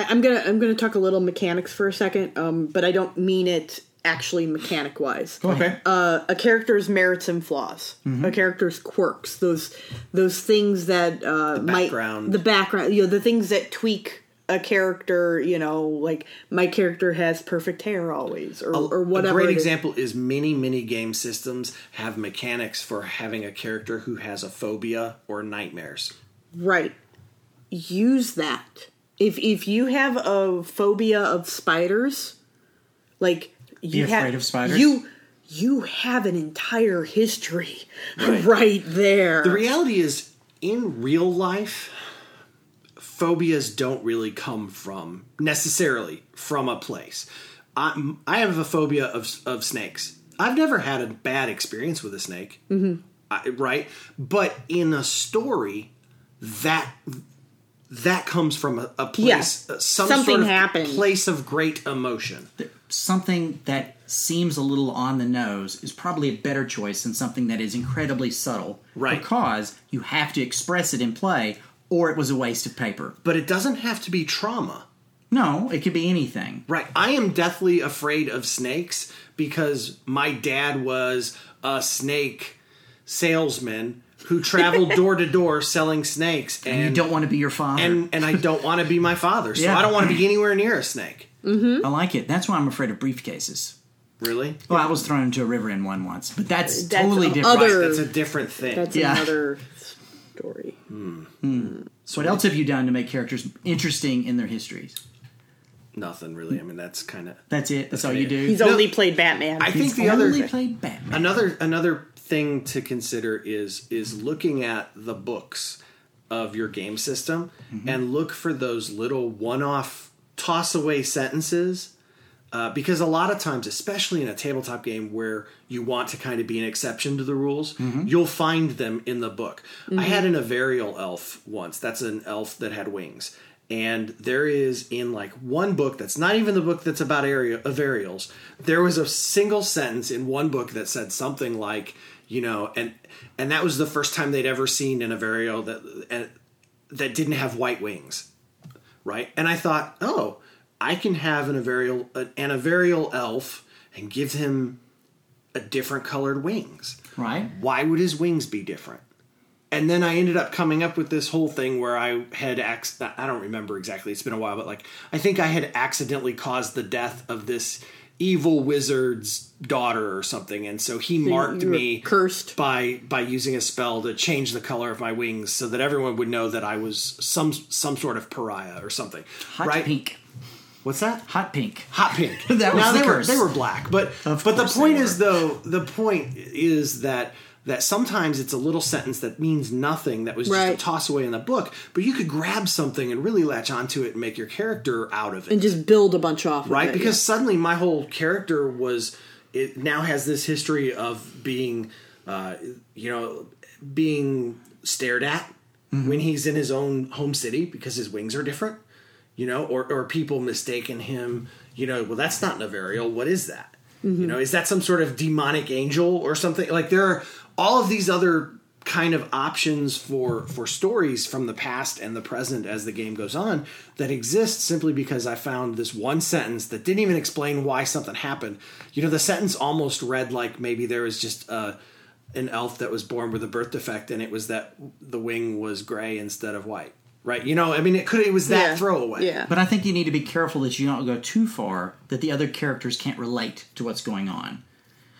I'm gonna I'm gonna talk a little mechanics for a second, um, but I don't mean it actually mechanic wise.
Okay.
uh, a character's merits and flaws, a character's quirks, those those things that uh, might
background.
the background, you know, the things that tweak a character. You know, like my character has perfect hair always, or or whatever.
A
it
great
is.
example is many, many game systems have mechanics for having a character who has a phobia or nightmares.
right? Use that. If if you have a phobia of spiders, like you have
afraid of spiders?
you you have an entire history [LAUGHS] right, there.
The reality is, in real life, phobias don't really come from necessarily from a place. I, I have a phobia of, of snakes. I've never had a bad experience with a snake, mm-hmm. I, right? But in a story, that that comes from a, a place, uh,
Yeah.
some
Something
sort of
happened.
place of great emotion.
Something that seems a little on the nose is probably a better choice than something that is incredibly subtle.
Right.
Because you have to express it in play, or it was a waste of paper.
But it doesn't have to be trauma.
No, it could be anything.
Right. I am deathly afraid of snakes because my dad was a snake salesman who traveled door to door selling snakes and,
You don't want to be your father.
and and I don't want to be my father. So
Yeah.
I don't want to be anywhere near a snake.
I like it. That's why I'm afraid of briefcases.
Really?
Well, I was thrown into a river in one once, but that's,
That's
totally different.
other-
Right, that's a different thing.
That's
Yeah.
another story.
So what else have you done to make characters interesting in their histories?
Nothing really. I mean, that's kind of
That's it. That's all you do.
He's only played Batman.
I think the
Only
other
played Batman.
another another thing to consider is is looking at the books of your game system and look for those little one-off toss-away sentences uh, because a lot of times especially in a tabletop game where you want to kind of be an exception to the rules you'll find them in the book i had an avarial elf once that's an elf that had wings and there is in like one book that's not even the book that's about area avarials there was a single sentence in one book that said something like you know and and that was the first time they'd ever seen an avarial that and, that didn't have white wings right? And I thought, oh, I can have an avarial an avarial elf and give him a different colored wings.
Right?
Why would his wings be different? And then I ended up coming up with this whole thing where I had ac- I don't remember exactly. It's been a while, but like I think I had accidentally caused the death of this evil wizard's daughter or something, and so he marked
you were
me
cursed.
by by using a spell to change the color of my wings so that everyone would know that I was some some sort of pariah or something.
Hot
right?
pink.
What's that?
Hot pink.
Hot pink.
[LAUGHS] That was
now
the
they
curse.
were they were black, but
Of
but the
course they
point
were.
is though the point is that that sometimes it's a little sentence that means nothing that was
Right.
just a toss away in the book, but you could grab something and really latch onto it and make your character out of it
and just build a bunch off.
right
of it,
because suddenly my whole character was it now has this history of being uh, you know being stared at when he's in his own home city because his wings are different you know or, or people mistaken him you know well that's not an avarial what is that you know is that some sort of demonic angel or something like there are all of these other kind of options for for stories from the past and the present as the game goes on that exist simply because I found this one sentence that didn't even explain why something happened. You know, the sentence almost read like maybe there was just a an elf that was born with a birth defect and it was that the wing was gray instead of white. Right? You know, I mean it could it was that
Yeah.
throwaway.
Yeah.
But I think you need to be careful that you don't go too far that the other characters can't relate to what's going on.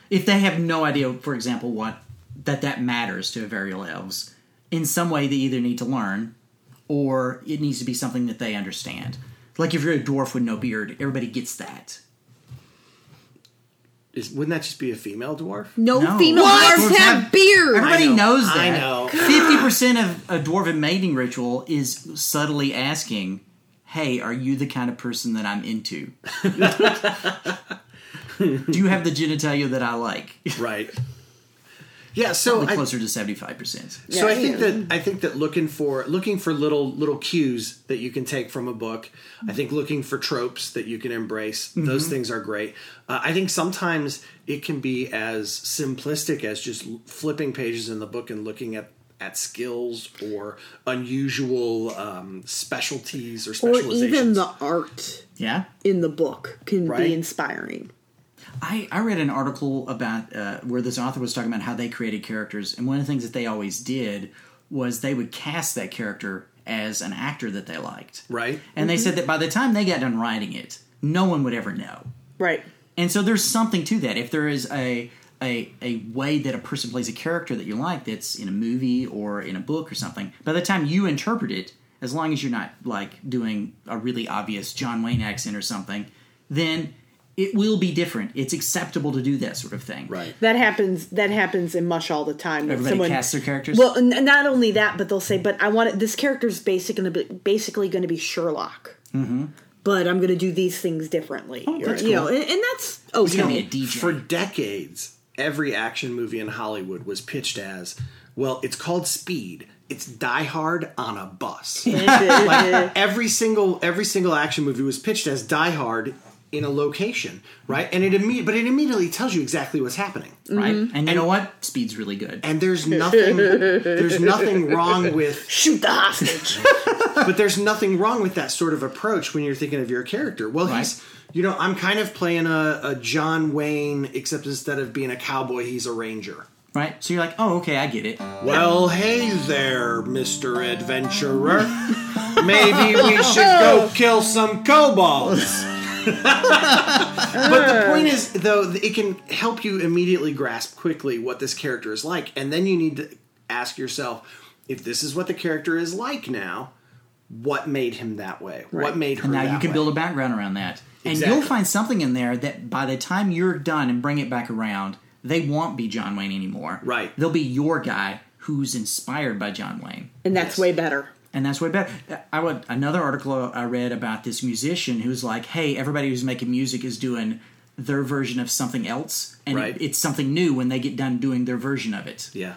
If they have no idea, for example, what that that matters to Averial elves, in some way they either need to learn or it needs to be something that they understand. Like if you're a dwarf with no beard, everybody gets that.
Is, wouldn't that just be a female
[LAUGHS]
dwarf?
no,
No.
female
What?
dwarves have beards.
Everybody
I know.
knows that.
I know.
[SIGHS] Fifty percent of a dwarven mating ritual is subtly asking, "Hey, are you the kind of person that I'm into? [LAUGHS] Do you have the genitalia that I like?"
[LAUGHS] Right. Yeah, so
Probably
Oh, I,
closer to seventy-five percent.
So
Yeah,
I think
yeah.
that I think that looking for looking for little little cues that you can take from a book. I think looking for tropes that you can embrace. Those
Mm-hmm.
things are great. Uh, I think sometimes it can be as simplistic as just l- flipping pages in the book and looking at at skills or unusual um, specialties or
or
specializations.
even the art
Yeah.
in the book can
Right.
be inspiring.
I, I read an article about uh, where this author was talking about how they created characters, and one of the things that they always did was they would cast that character as an actor that they liked.
Right. Mm-hmm.
And they said that by the time they got done writing it, no one would ever know.
Right.
And so there's something to that. If there is a a, a way that a person plays a character that you like that's in a movie or in a book or something, by the time you interpret it, as long as you're not like doing a really obvious John Wayne accent or something, then it will be different. It's acceptable to do that sort of thing.
right.
That happens. That happens in mush all the time. when
Everybody casts their characters?
Well, n- not only that, but they'll say, "But I want it, this character's basic and a bit- basically going to be Sherlock." Mm-hmm. But I'm going to do these things differently. or-
that's
You know,
cool.
and, and that's
It's gonna
[LAUGHS]
[LAUGHS]
be a
okay.
DJ.
For decades, every action movie in Hollywood was pitched as, well, it's called Speed. It's Die Hard on a bus. every single every single action movie was pitched as Die Hard in a location, right? And it imme- but it immediately tells you exactly what's happening.
right? And you know what? Speed's really good.
And there's nothing there's nothing wrong with
Shoot the hostage.
but there's nothing wrong with that sort of approach when you're thinking of your character. Well, he's you know, I'm kind of playing a, a John Wayne, except instead of being a cowboy, he's a ranger.
Right? So you're like, oh, okay, I get it.
Well, hey there, Mr. Adventurer. Maybe we should go kill some kobolds. but the point is, though, it can help you immediately grasp quickly what this character is like, and then you need to ask yourself if this is what the character is like now, what made him that way? What made her
And now
that
you can
way?
build a background around that. And
Exactly.
you'll find something in there that by the time you're done and bring it back around, they won't be John Wayne anymore.
Right.
They'll be your guy who's inspired by John Wayne.
and that's way better.
And that's way better. I would another article I read about this musician who's like, "Hey, everybody who's making music is doing their version of something else, and
Right.
it's something new when they get done doing their version of it."
Yeah.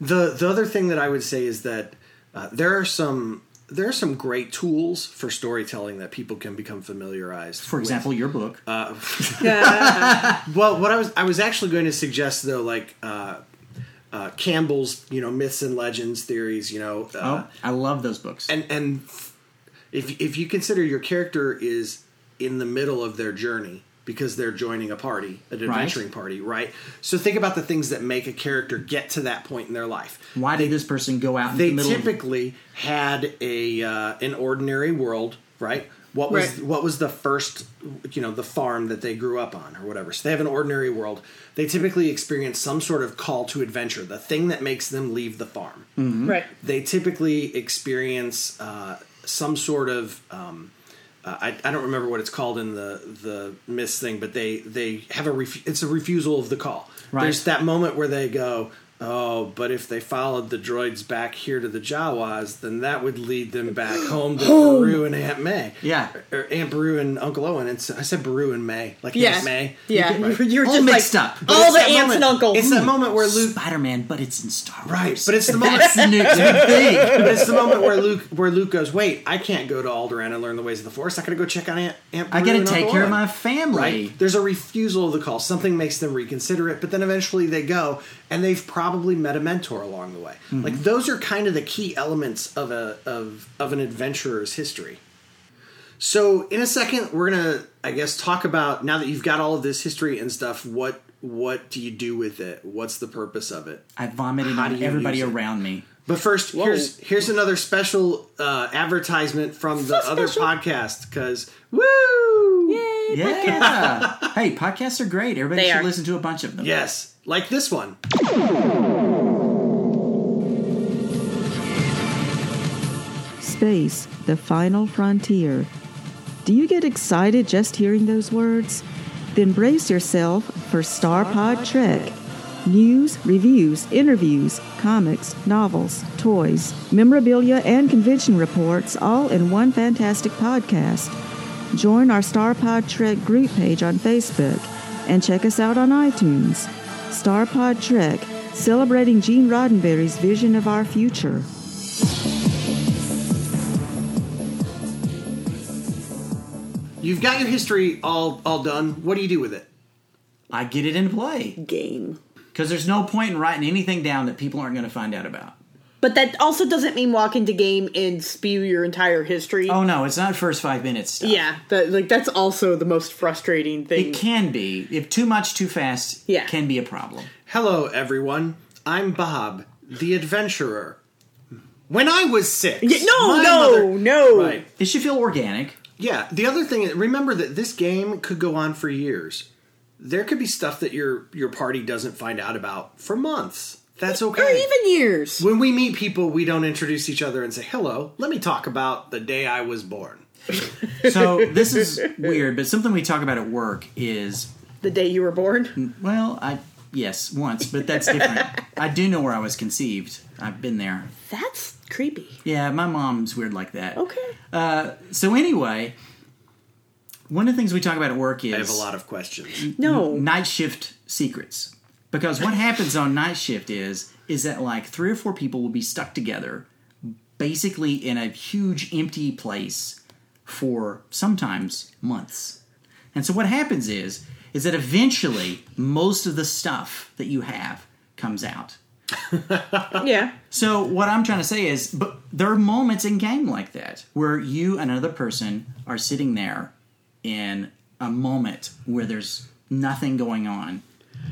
The the other thing that I would say is that uh, there are some there are some great tools for storytelling that people can become familiarized.
For example, your book.
Uh, Well, what I was I was actually going to suggest though, like uh, uh, Campbell's, you know, myths and legends theories, you know, uh,
oh, I love those books.
and and if if you consider your character is in the middle of their journey because they're joining a party, an adventuring party, right? So think about the things that make a character get to that point in their life.
Why did this person go out in
They
the middle? of,
typically had a uh, an ordinary world, right? What was
Right.
what was the first, you know, the farm that they grew up on or whatever? So they have an ordinary world. They typically experience some sort of call to adventure, the thing that makes them leave the farm.
Right.
They typically experience uh, some sort of. Um, uh, I, I don't remember what it's called in the the miss thing, but they they have a ref- it's a refusal of the call.
Right.
There's that moment where they go, oh, but if they followed the droids back here to the Jawas, then that would lead them back home to Baru and Aunt May.
Yeah.
or Aunt Baru and Uncle Owen. And so, I said Baru and May, like
Yeah.
Aunt May.
Yeah.
Right.
You were
All
just
mixed
like,
up. But
All
It's
the
that
aunts
moment-
and uncles.
It's that moment where Luke
Spider-Man, but it's in Star Wars.
Right, but it's the moment.
that's the new thing.
But it's the moment where Luke, where Luke goes, "Wait, I can't go to Alderaan and learn the ways of the Force. I gotta go check on Aunt. Aunt
I
Beru
gotta
and
take
Uncle
care of
Owen."
my family.
Right? There's a refusal of the call. Something makes them reconsider it, but then eventually they go, and they've probably met a mentor along the way.
Mm-hmm.
Like those are kind of the key elements of a of of an adventurer's history. So in a second, we're gonna, I guess, talk about now that you've got all of this history and stuff. What what do you do with it? What's the purpose of it?
I vomited
How do
on
you
everybody
use it?
around me.
But first, here's here's another special uh, advertisement from the other podcast because woo!
Yeah. hey, podcasts are great. Everybody
They
should
are.
listen to a bunch of them.
Yes, like this one.
Space, the final frontier. Do you get excited just hearing those words? Then brace yourself for Star Pod Trek. News, reviews, interviews, comics, novels, toys, memorabilia, and convention reports all in one fantastic podcast. Join our Star Pod Trek group page on Facebook and check us out on iTunes. Star Pod Trek, celebrating Gene Roddenberry's vision of our future.
You've got your history all all done. What do you do with it?
I get it into play
Game.
because there's no point in writing anything down that people aren't going to find out about.
But that also doesn't mean walk into game and spew your entire history.
Oh no, it's not first five minutes stuff.
Yeah, that, like that's also the most frustrating thing.
It can be if too much, too fast.
Yeah.
can be a problem.
Hello, everyone. I'm Bob, the adventurer. When I was six,
Yeah, no,
my
no,
mother-
no.
Right.
It should feel organic.
Yeah. The other thing, is- remember that this game could go on for years. There could be stuff that your your party doesn't find out about for months. That's okay.
Or even years.
when we meet people, we don't introduce each other and say, hello, let me talk about the day I was born.
So this is weird, but something we talk about at work is
The day you were born.
well, I yes once, but that's different. I do know where I was conceived. I've been there.
That's creepy.
Yeah, my mom's weird like that.
Okay.
So anyway, one of the things we talk about at work is
I have a lot of questions.
No.
night shift secrets because what happens on night shift is is that like three or four people will be stuck together basically in a huge empty place for sometimes months And so what happens is is that eventually most of the stuff that you have comes out.
Yeah.
So what I'm trying to say is, but there are moments in game like that where you and another person are sitting there in a moment where there's nothing going on,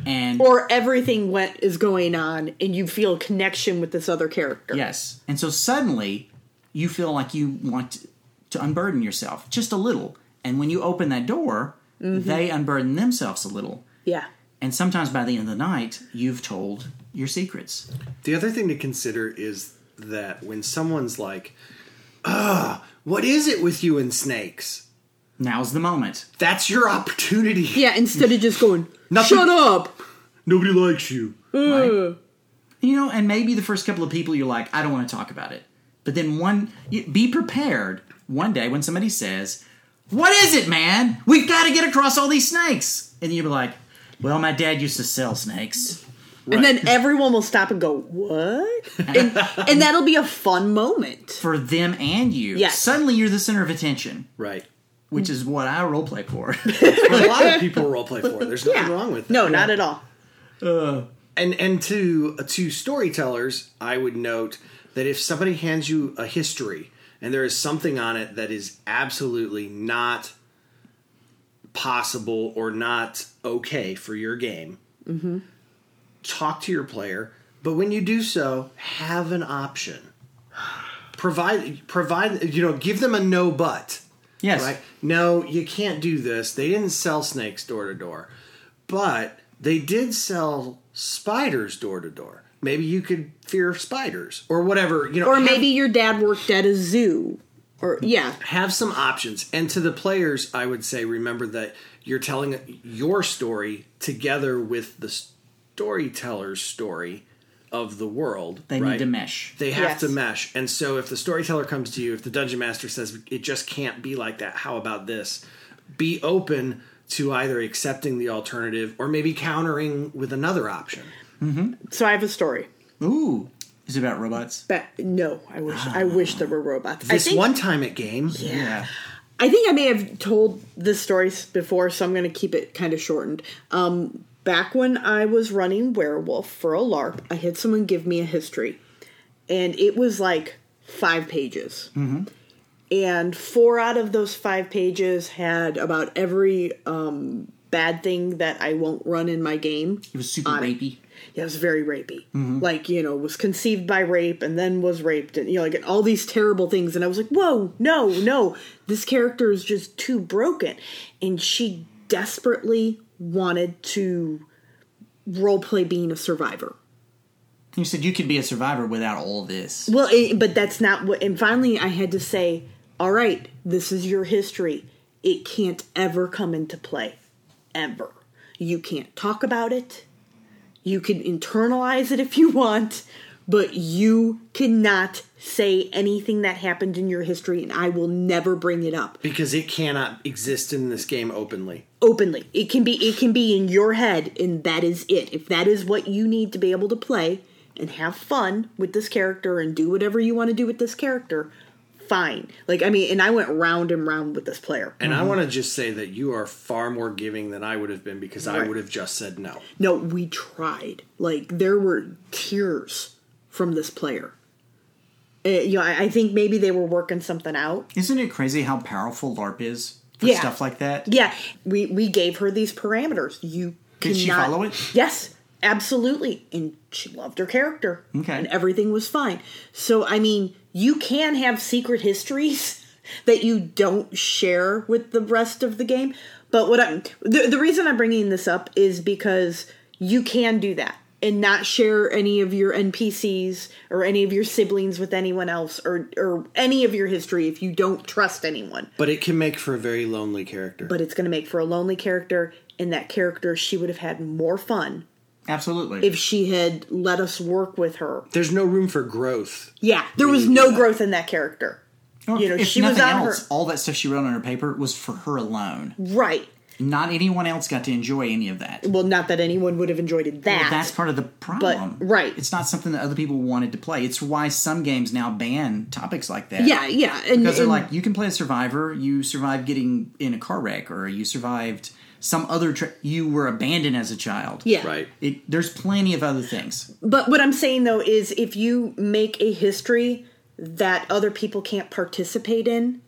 and
Or everything went is going on and you feel a connection with this other character.
yes, and so suddenly you feel like you want to, to unburden yourself just a little, and when you open that door, they unburden themselves a little,
Yeah.
and sometimes by the end of the night you've told your secrets.
The other thing to consider is that when someone's like, "Ah, what is it with you and snakes?"
Now's the moment.
That's your opportunity.
Yeah, instead of just going,
Nothing-
shut up.
Nobody likes you.
right? You know, and maybe the first couple of people you're like, I don't want to talk about it. But then one, you, be prepared one day when somebody says, What is it, man? We've got to get across all these snakes. And you'll be like, Well, my dad used to sell snakes.
And then everyone will stop and go, [LAUGHS] what? And, and that'll be a fun moment.
For them and you.
Yes.
Suddenly you're the center of attention,
Right.
which is what I roleplay for. [LAUGHS]
But a lot of people roleplay for. There's nothing
Yeah.
wrong with that.
No, not at all.
And and to uh, to storytellers, I would note that if somebody hands you a history and there is something on it that is absolutely not possible or not okay for your game, talk to your player. But when you do so, have an option. Provide provide you know give them a no but.
yes.
Right? No, you can't do this. They didn't sell snakes door to door, but they did sell spiders door to door. Maybe you could fear spiders or whatever. You know,
Or
have-
maybe your dad worked at a zoo. Or, yeah.
have some options. And to the players, I would say remember that you're telling your story together with the storyteller's story of the world.
They
right?
need to mesh.
They have
Yes.
to mesh. And so if the storyteller comes to you, if the dungeon master says it just can't be like that, how about this? Be open to either accepting the alternative or maybe countering with another option.
So I have a story.
Ooh. Is it about robots?
But no, I wish I wish there were robots. I
Ah. This
think, [LAUGHS]
one time at game,
Yeah.
I think I may have told this story s- before, so I'm going to keep it kind of shortened. Um, back when I was running Werewolf for a LARP, I had someone give me a history, and it was like five pages.
Mm-hmm.
And four out of those five pages had about every um, bad thing that I won't run in my game.
It was super rapey.
Yeah, it was very rapey. Like, you know, was conceived by rape and then was raped and you know, like and all these terrible things and I was like, "Whoa, no, no. This character is just too broken." And she desperately wanted to roleplay being a survivor.
You said you could be a survivor without all this.
Well, it, but that's not what. And finally, I had to say, all right, this is your history. It can't ever come into play. Ever. You can't talk about it. You can internalize it if you want, but you cannot say anything that happened in your history, and I will never bring it up
because it cannot exist in this game openly.
openly. It can be it can be in your head and that is it. If that is what you need to be able to play and have fun with this character and do whatever you want to do with this character, fine. Like I mean, and I went round and round with this player.
And I want to just say that you are far more giving than I would have been because I
Right.
would have just said no.
No, we tried. Like there were tears from this player. Uh, you know, I, I think maybe they were working something out.
Isn't it crazy how powerful LARP is for
Yeah.
stuff like that?
Yeah, we we gave her these parameters. You
Did she
cannot-
follow it?
Yes, absolutely, and she loved her character.
Okay.
and everything was fine. So I mean, you can have secret histories [LAUGHS] that you don't share with the rest of the game. But what I'm the, the reason I'm bringing this up is because you can do that and not share any of your NPCs or any of your siblings with anyone else or or any of your history if you don't trust anyone
But it can make for a very lonely character.
but it's going to make for a lonely character and that character she would have had more fun
Absolutely.
if she had let us work with her
There's no room for growth.
yeah there was no growth in that character
Or
you know
if
she was
nothing
on
else,
her
all that stuff she wrote on her paper was for her alone.
right
Not anyone else got to enjoy any of that.
Well, not that anyone would have enjoyed it that.
Well, that's part of the problem.
right.
It's not something that other people wanted to play. It's why some games now ban topics like that.
yeah, yeah, and,
Because they're
and-
like, you can play a survivor, you survived getting in a car wreck, or you survived some other, tra- you were abandoned as a child.
yeah,
Right.
It, there's plenty of other things.
But what I'm saying though is if you make a history that other people can't participate in,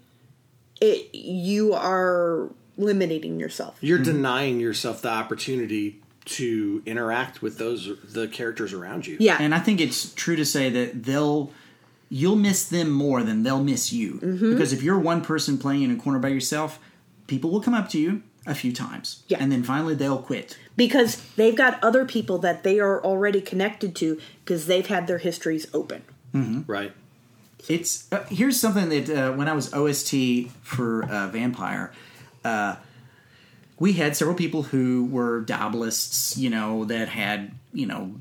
it you are limiting yourself.
You're denying yourself the opportunity to interact with those the characters around you.
Yeah.
And I think it's true to say that they'll you'll miss them more than they'll miss you.
Mm-hmm.
Because if you're one person playing in a corner by yourself, people will come up to you a few times.
Yeah.
And then finally they'll quit.
because they've got other people that they are already connected to because they've had their histories open.
Right.
It's uh, here's something that uh, when I was OST for uh, Vampire, uh, we had several people who were Diabolists, you know, that had you know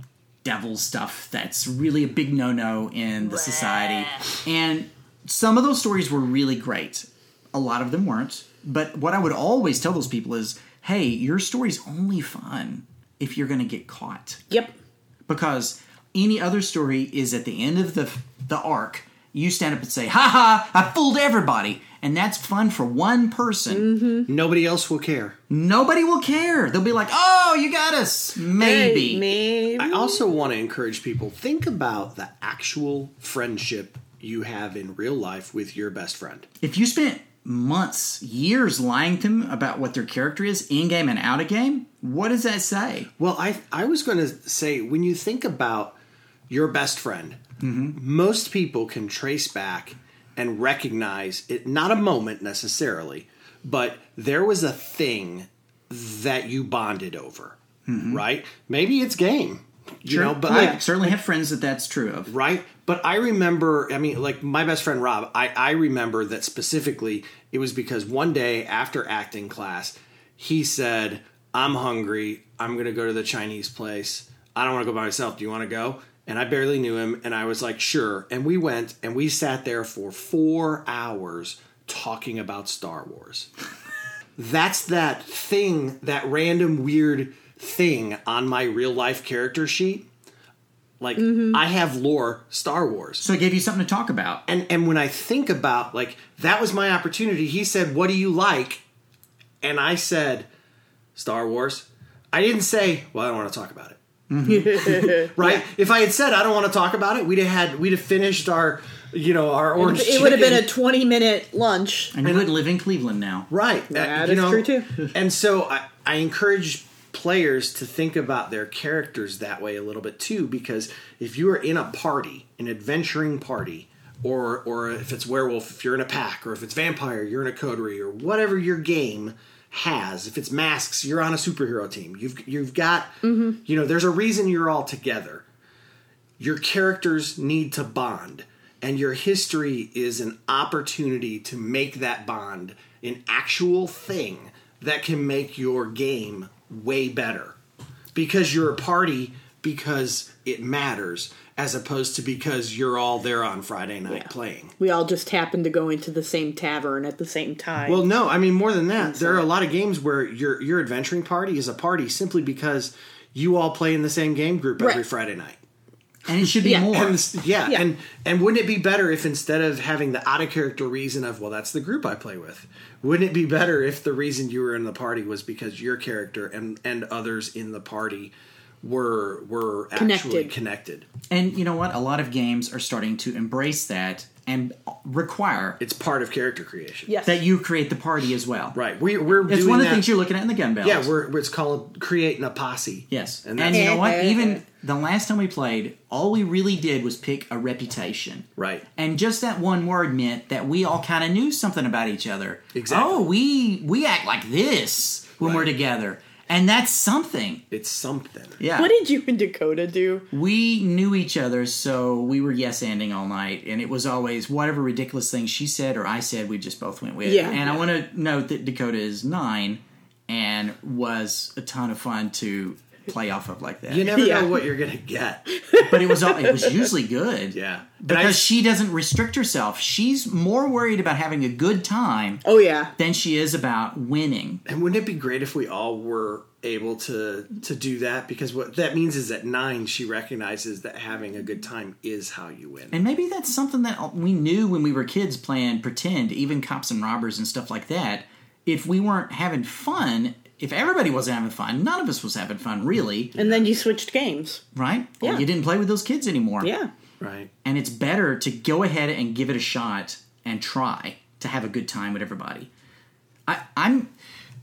devil stuff that's really a big no no in the society, and some of those stories were really great. A lot of them weren't, but what I would always tell those people is, "Hey, your story's only fun if you're going to get caught."
Yep.
because any other story is at the end of the the arc you stand up and say ha ha i fooled everybody and that's fun for one person
Mm-hmm. Nobody else will care.
nobody will care they'll be like oh you got us maybe
Maybe.
I also want to encourage people think about the actual friendship you have in real life with your best friend.
if you spent months years lying to them about what their character is in game and out of game what does that say
Well, I I was going to say when you think about your best friend, most people can trace back and recognize it not a moment necessarily, but there was a thing that you bonded over, right? Maybe it's game, you know, but
i
like
certainly have friends that that's true of
right? But I remember, I mean, like my best friend Rob, I, I remember that specifically it was because one day after acting class, he said, I'm hungry. I'm going to go to the Chinese place. I don't want to go by myself. Do you want to go? And I barely knew him. And I was like, sure. And we went and we sat there for four hours talking about Star Wars that's that thing, that random weird thing on my real life character sheet. Like
Mm-hmm.
I have lore Star Wars.
so it gave you something to talk about
And and when I think about like that was my opportunity, he said, "What do you like?" And I said, "Star Wars." I didn't say, "Well, I don't want to talk about it." [LAUGHS]
Mm-hmm. [LAUGHS]
right? If I had said I don't want to talk about it, we'd have had we'd have finished our you know, our orange
it would have been a
chicken.
20 minute lunch.
and you would live in cleveland now
Right.
That
you
is true, too.
[LAUGHS] and so I, I encourage players to think about their characters that way a little bit too, because if you are in a party, an adventuring party, or or if it's werewolf, if you're in a pack, or if it's vampire, you're in a coterie, or whatever your game has. If it's masks, you're on a superhero team. You've you've got
Mm-hmm.
you know, there's a reason you're all together your characters need to bond and your history is an opportunity to make that bond an actual thing that can make your game way better because you're a party because it matters as opposed to because you're all there on friday night playing
We all just happened to go into the same tavern at the same time.
well, no, I mean more than that. There are a lot of games where your your adventuring party is a party simply because you all play in the same game group every
Right.
Friday night.
and it should be
Yeah.
more
And s- yeah,
Yeah.
and and wouldn't it be better if instead of having the out of character reason of well that's the group I play with, wouldn't it be better if the reason you were in the party was because your character and and others in the party were were actually
Connected.
connected?
and you know what a lot of games are starting to embrace that and require
It's part of character creation.
yes.
that you create the party as well.
right. We we're
It's
doing
one of the
that-
things you're looking at in the gun belt.
yeah we're we're- it's called creating a posse.
yes.
and
And,
that's
you know what? Even the last time we played, all we really did was pick a reputation.
Right.
And just that one word meant that we all kind of knew something about each other.
Exactly.
Oh, we we act like this when we're
Right.
together, and that's something.
it's something.
Yeah.
what did you and Dakota do?
we knew each other, so we were yes anding all night, and it was always whatever ridiculous thing she said or I said, we just both went with.
Yeah.
And I want to note that Dakota is nine and was a ton of fun to play off of like that.
You never
Yeah.
know what you're gonna get.
but it was all, it was usually good.
Yeah, but
Because
I,
she doesn't restrict herself. She's more worried about having a good time
Oh yeah.
than she is about winning.
and wouldn't it be great if we all were able to to do that? Because what that means is at nine, she recognizes that having a good time is how you win.
And maybe that's something that we knew when we were kids playing pretend, even cops and robbers and stuff like that. If we weren't having fun, if everybody wasn't having fun, none of us was having fun, really,
And then you switched games.
right?
Yeah.
You didn't play with those kids anymore.
Yeah.
right.
And it's better to go ahead and give it a shot and try to have a good time with everybody. I, I'm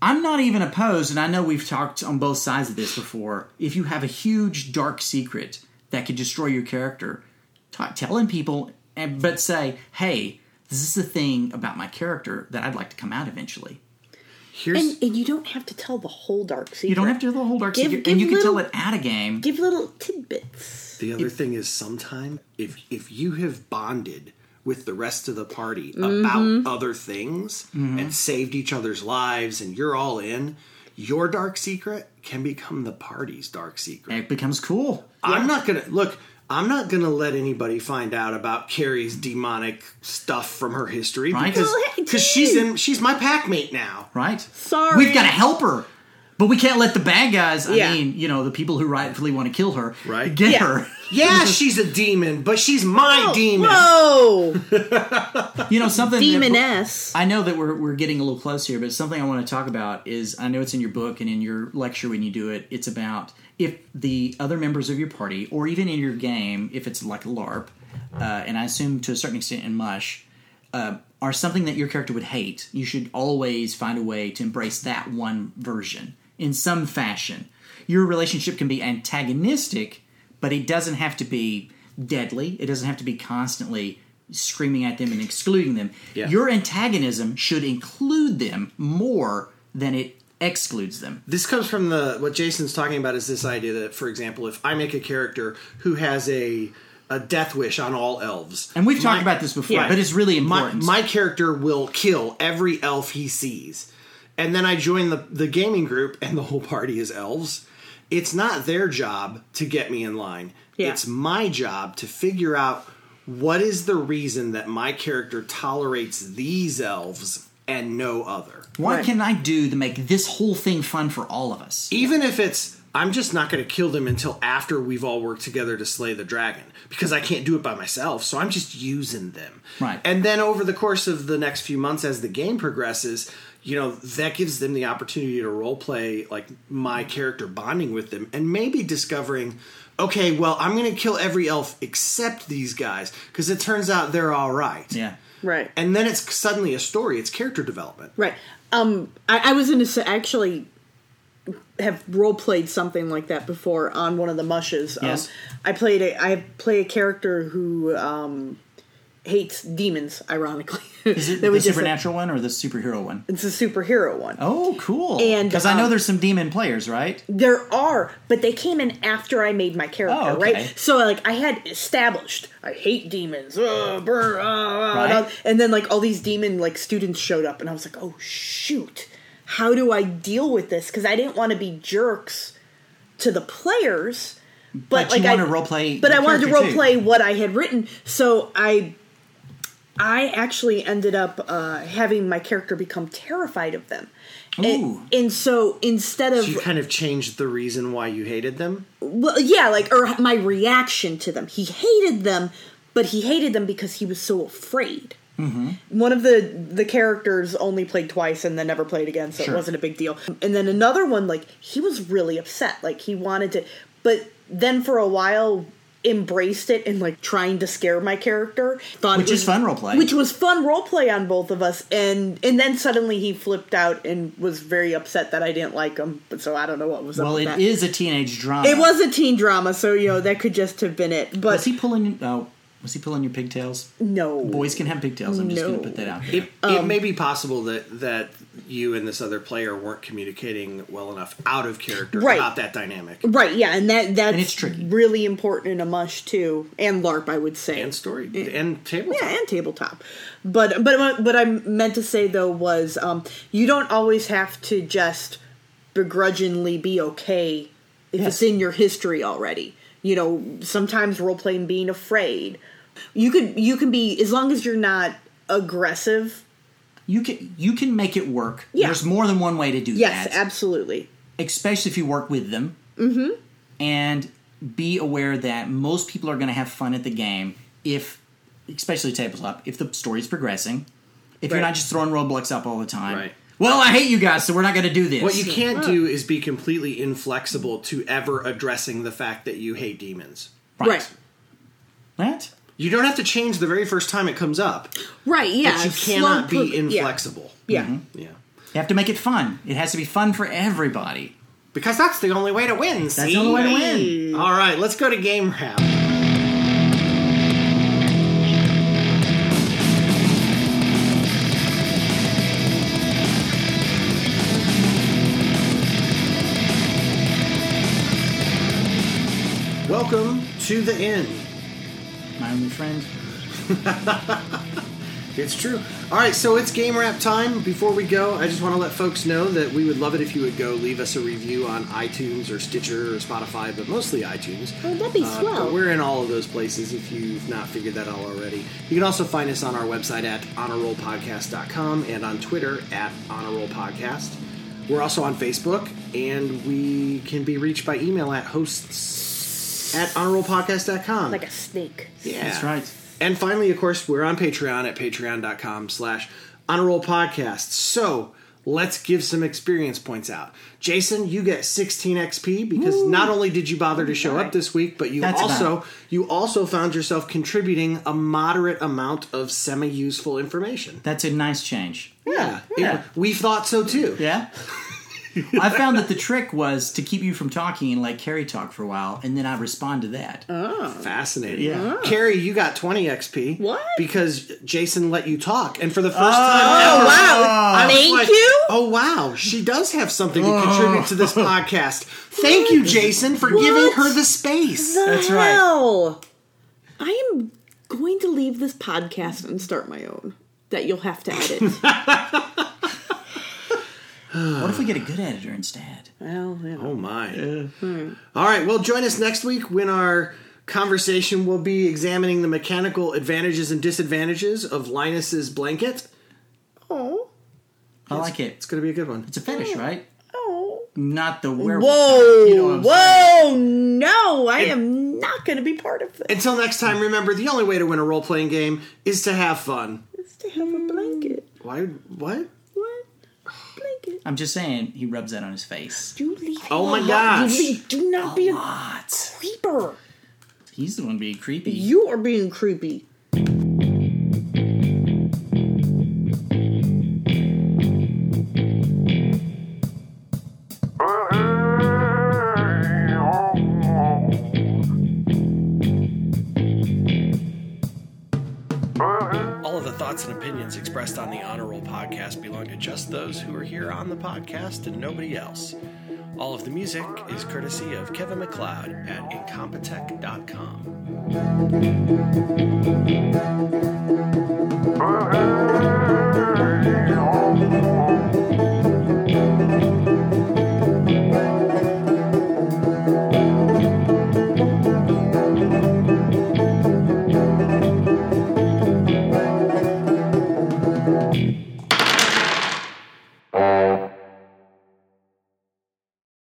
I'm not even opposed, and I know we've talked on both sides of this before. If you have a huge dark secret that could destroy your character, ta telling people, and, but say, "Hey, this is the thing about my character that I'd like to come out eventually."
Here's
And, and you don't have to tell the whole dark secret.
You don't have to do the whole dark
Give-
secret,
give
and you can
little-
tell it at a game.
give little tidbits.
The other thing is sometime if if you have bonded with the rest of the party about other things and saved each other's lives and you're all in, your dark secret can become the party's dark secret.
It becomes cool.
I'm not gonna look. I'm not gonna let anybody find out about Carrie's demonic stuff from her history
Right.
because
Well, hey,
because she's in she's my pack mate now.
right?
Sorry.
We've got to help her. But we can't let the bad guys, I
Yeah.
mean, you know, the people who rightfully want to kill her,
Right.
get
Yeah.
her. [LAUGHS]
Yeah, she's a demon, but she's my demon.
Oh, Whoa,
You know, something. that-
demoness.
I know that we're, we're getting a little close here, but something I want to talk about is I know it's in your book and in your lecture when you do it, it's about if the other members of your party, or even in your game, if it's like LARP, uh, and I assume to a certain extent in Mush, uh, are something that your character would hate, you should always find a way to embrace that one version in some fashion. Your relationship can be antagonistic, but it doesn't have to be deadly. It doesn't have to be constantly screaming at them and excluding them.
Yeah.
Your antagonism should include them more than it excludes them.
this comes from the what Jason's talking about is this idea that, for example, if I make a character who has a a death wish on all elves,
And
my-
we've talked about this before,
Yeah.
but it's really
my,
important.
my character will kill every elf he sees, and then I join the the gaming group, and the whole party is elves. It's not their job to get me in line.
Yeah.
It's my job to figure out what is the reason that my character tolerates these elves and no other.
what
Right.
can I do to make this whole thing fun for all of us?
even if it's I'm just not going to kill them until after we've all worked together to slay the dragon because I can't do it by myself. So I'm just using them.
Right.
And then over the course of the next few months as the game progresses, you know, that gives them the opportunity to role play like my character bonding with them and maybe discovering okay, well, I'm going to kill every elf except these guys because it turns out they're all right.
Yeah.
right.
And then it's suddenly a story, it's character development.
Right. Um, I, I was going to actually have role played something like that before on one of the mushes. Um,
Yes.
I played a I play a character who um, hates demons. Ironically,
Is it
[LAUGHS] That
the
was just uh, a-
supernatural one or the superhero one?
it's a superhero one.
Oh, cool.
And,
because I know
um,
there's some demon players, right?
There are, but they came in after I made my character,
Oh, okay.
right? So like I had established I hate demons, uh, burn, uh, uh,
Right.
and, all- and then like all these demon like students showed up, and I was like, oh shoot, how do I deal with this? Because I didn't want to be jerks to the players, but,
But you
like
wanna
I
roleplay
but
your
I wanted to
character, too.
roleplay what I had written, so I. I actually ended up uh, having my character become terrified of them,
Ooh.
and, and so instead of
So you kind of changed the reason why you hated them.
well, yeah, like or my reaction to them. He hated them, but he hated them because he was so afraid. Mm-hmm. One of the the characters only played twice and then never played again, so
Sure.
it wasn't a big deal. And then another one, like he was really upset, like he wanted to, but then for a while embraced it and like trying to scare my character. Thought it
Which is
was-
fun roleplay.
Which was fun role play on both of us, and and then suddenly he flipped out and was very upset that I didn't like him. But so I don't know what was up.
Well,
with
it
that.
is a teenage drama.
It was a teen drama, so you know that could just have been it. But
Was he pulling? Oh, was he pulling your pigtails?
no,
Boys can have pigtails. I'm just going
No.
to put that out there.
It, it
Um,
may be possible that that you and this other player weren't communicating well enough out of character
Right.
about that dynamic
right? Yeah, and that that's
it's tricky.
really important in a mush too, and LARP, I would say,
and story and tabletop.
yeah, and tabletop. But but what- what I meant to say though was, um, you don't always have to just begrudgingly be okay if it's in your history already. You know, sometimes role playing being afraid. You could you can be as long as you're not aggressive.
You can you can make it work.
Yeah.
There's more than one way to do
Yes,
that.
absolutely.
especially if you work with them. Mm-hmm. And be aware that most people are going to have fun at the game if, especially tabletop, if the story's progressing. If you're
Right.
not just throwing roadblocks up all the time.
Right.
Well, I hate you guys, so we're not going to do this.
What you can't do is be completely inflexible to ever addressing the fact that you hate demons.
Right.
Right.
Right.
What?
You don't have to change the very first time it comes up,
yeah.
but you
slow
cannot
pro-
be inflexible. Mm-hmm.
Yeah. yeah.
Yeah.
You have to make it fun. It has to be fun for everybody.
Because that's the only way to win. That's
the only way to win.
All right, let's go to game wrap. Welcome to the end.
My only friend.
It's true. All right, so it's game wrap time. Before we go, I just want to let folks know that we would love it if you would go leave us a review on iTunes or Stitcher or Spotify, but mostly iTunes.
Oh, that'd be
Uh,
swell.
but we're in all of those places if you've not figured that out already. You can also find us on our website at honorrollpodcast.com and on Twitter at honorrollpodcast. We're also on Facebook, and we can be reached by email at hosts at honorrollpodcast.com.
like a snake.
Yeah.
That's right.
And finally, of course, we're on Patreon at patreon.com slash honor roll podcast. So let's give some experience points out. Jason, you get 16 XP because not only did you bother to show up this week, but you
That's about
also you also found yourself contributing a moderate amount of semi-useful information.
That's a nice change.
Yeah. It-
Yeah.
we thought so too.
Yeah. I found that the trick was to keep you from talking and let Carrie talk for a while, and then I respond to that.
Fascinating.
Yeah.
Carrie, you got 20 XP.
What?
Because Jason let you talk. And for the first
Oh,
time ever,
wow.
Oh, was
Thank
like,
you.
Oh wow, she does have something to contribute to this podcast. Thank you, Jason, for giving
What?
her the space.
That's right.
hell? I am going to leave this podcast and start my own. That you'll have to edit.
[LAUGHS]
What if we get a good editor instead?
well, yeah.
Oh my. All right, well join us next week when our conversation will be examining the mechanical advantages and disadvantages of Linus's blanket.
Oh,
I like it.
It's going to be a good one.
It's a fetish, right?
oh.
Not the werewolf.
Whoa,
You know what I'm
whoa, no, I am not going to be part of this.
Until next time, remember the only way to win a role playing game is to have fun.
It's to have a blanket.
Why what?
What? Blanket.
I'm just saying, he rubs that on his face.
Do leave
Oh
him
my
alone.
gosh. Oh
You leave- Do not be a
What?
creeper.
He's the one being creepy.
You are being creepy.
All of the thoughts and opinions expressed on the Honor Roll podcast belong to just those who are here on the podcast and nobody else. All of the music is courtesy of Kevin McLeod at incompetech.com.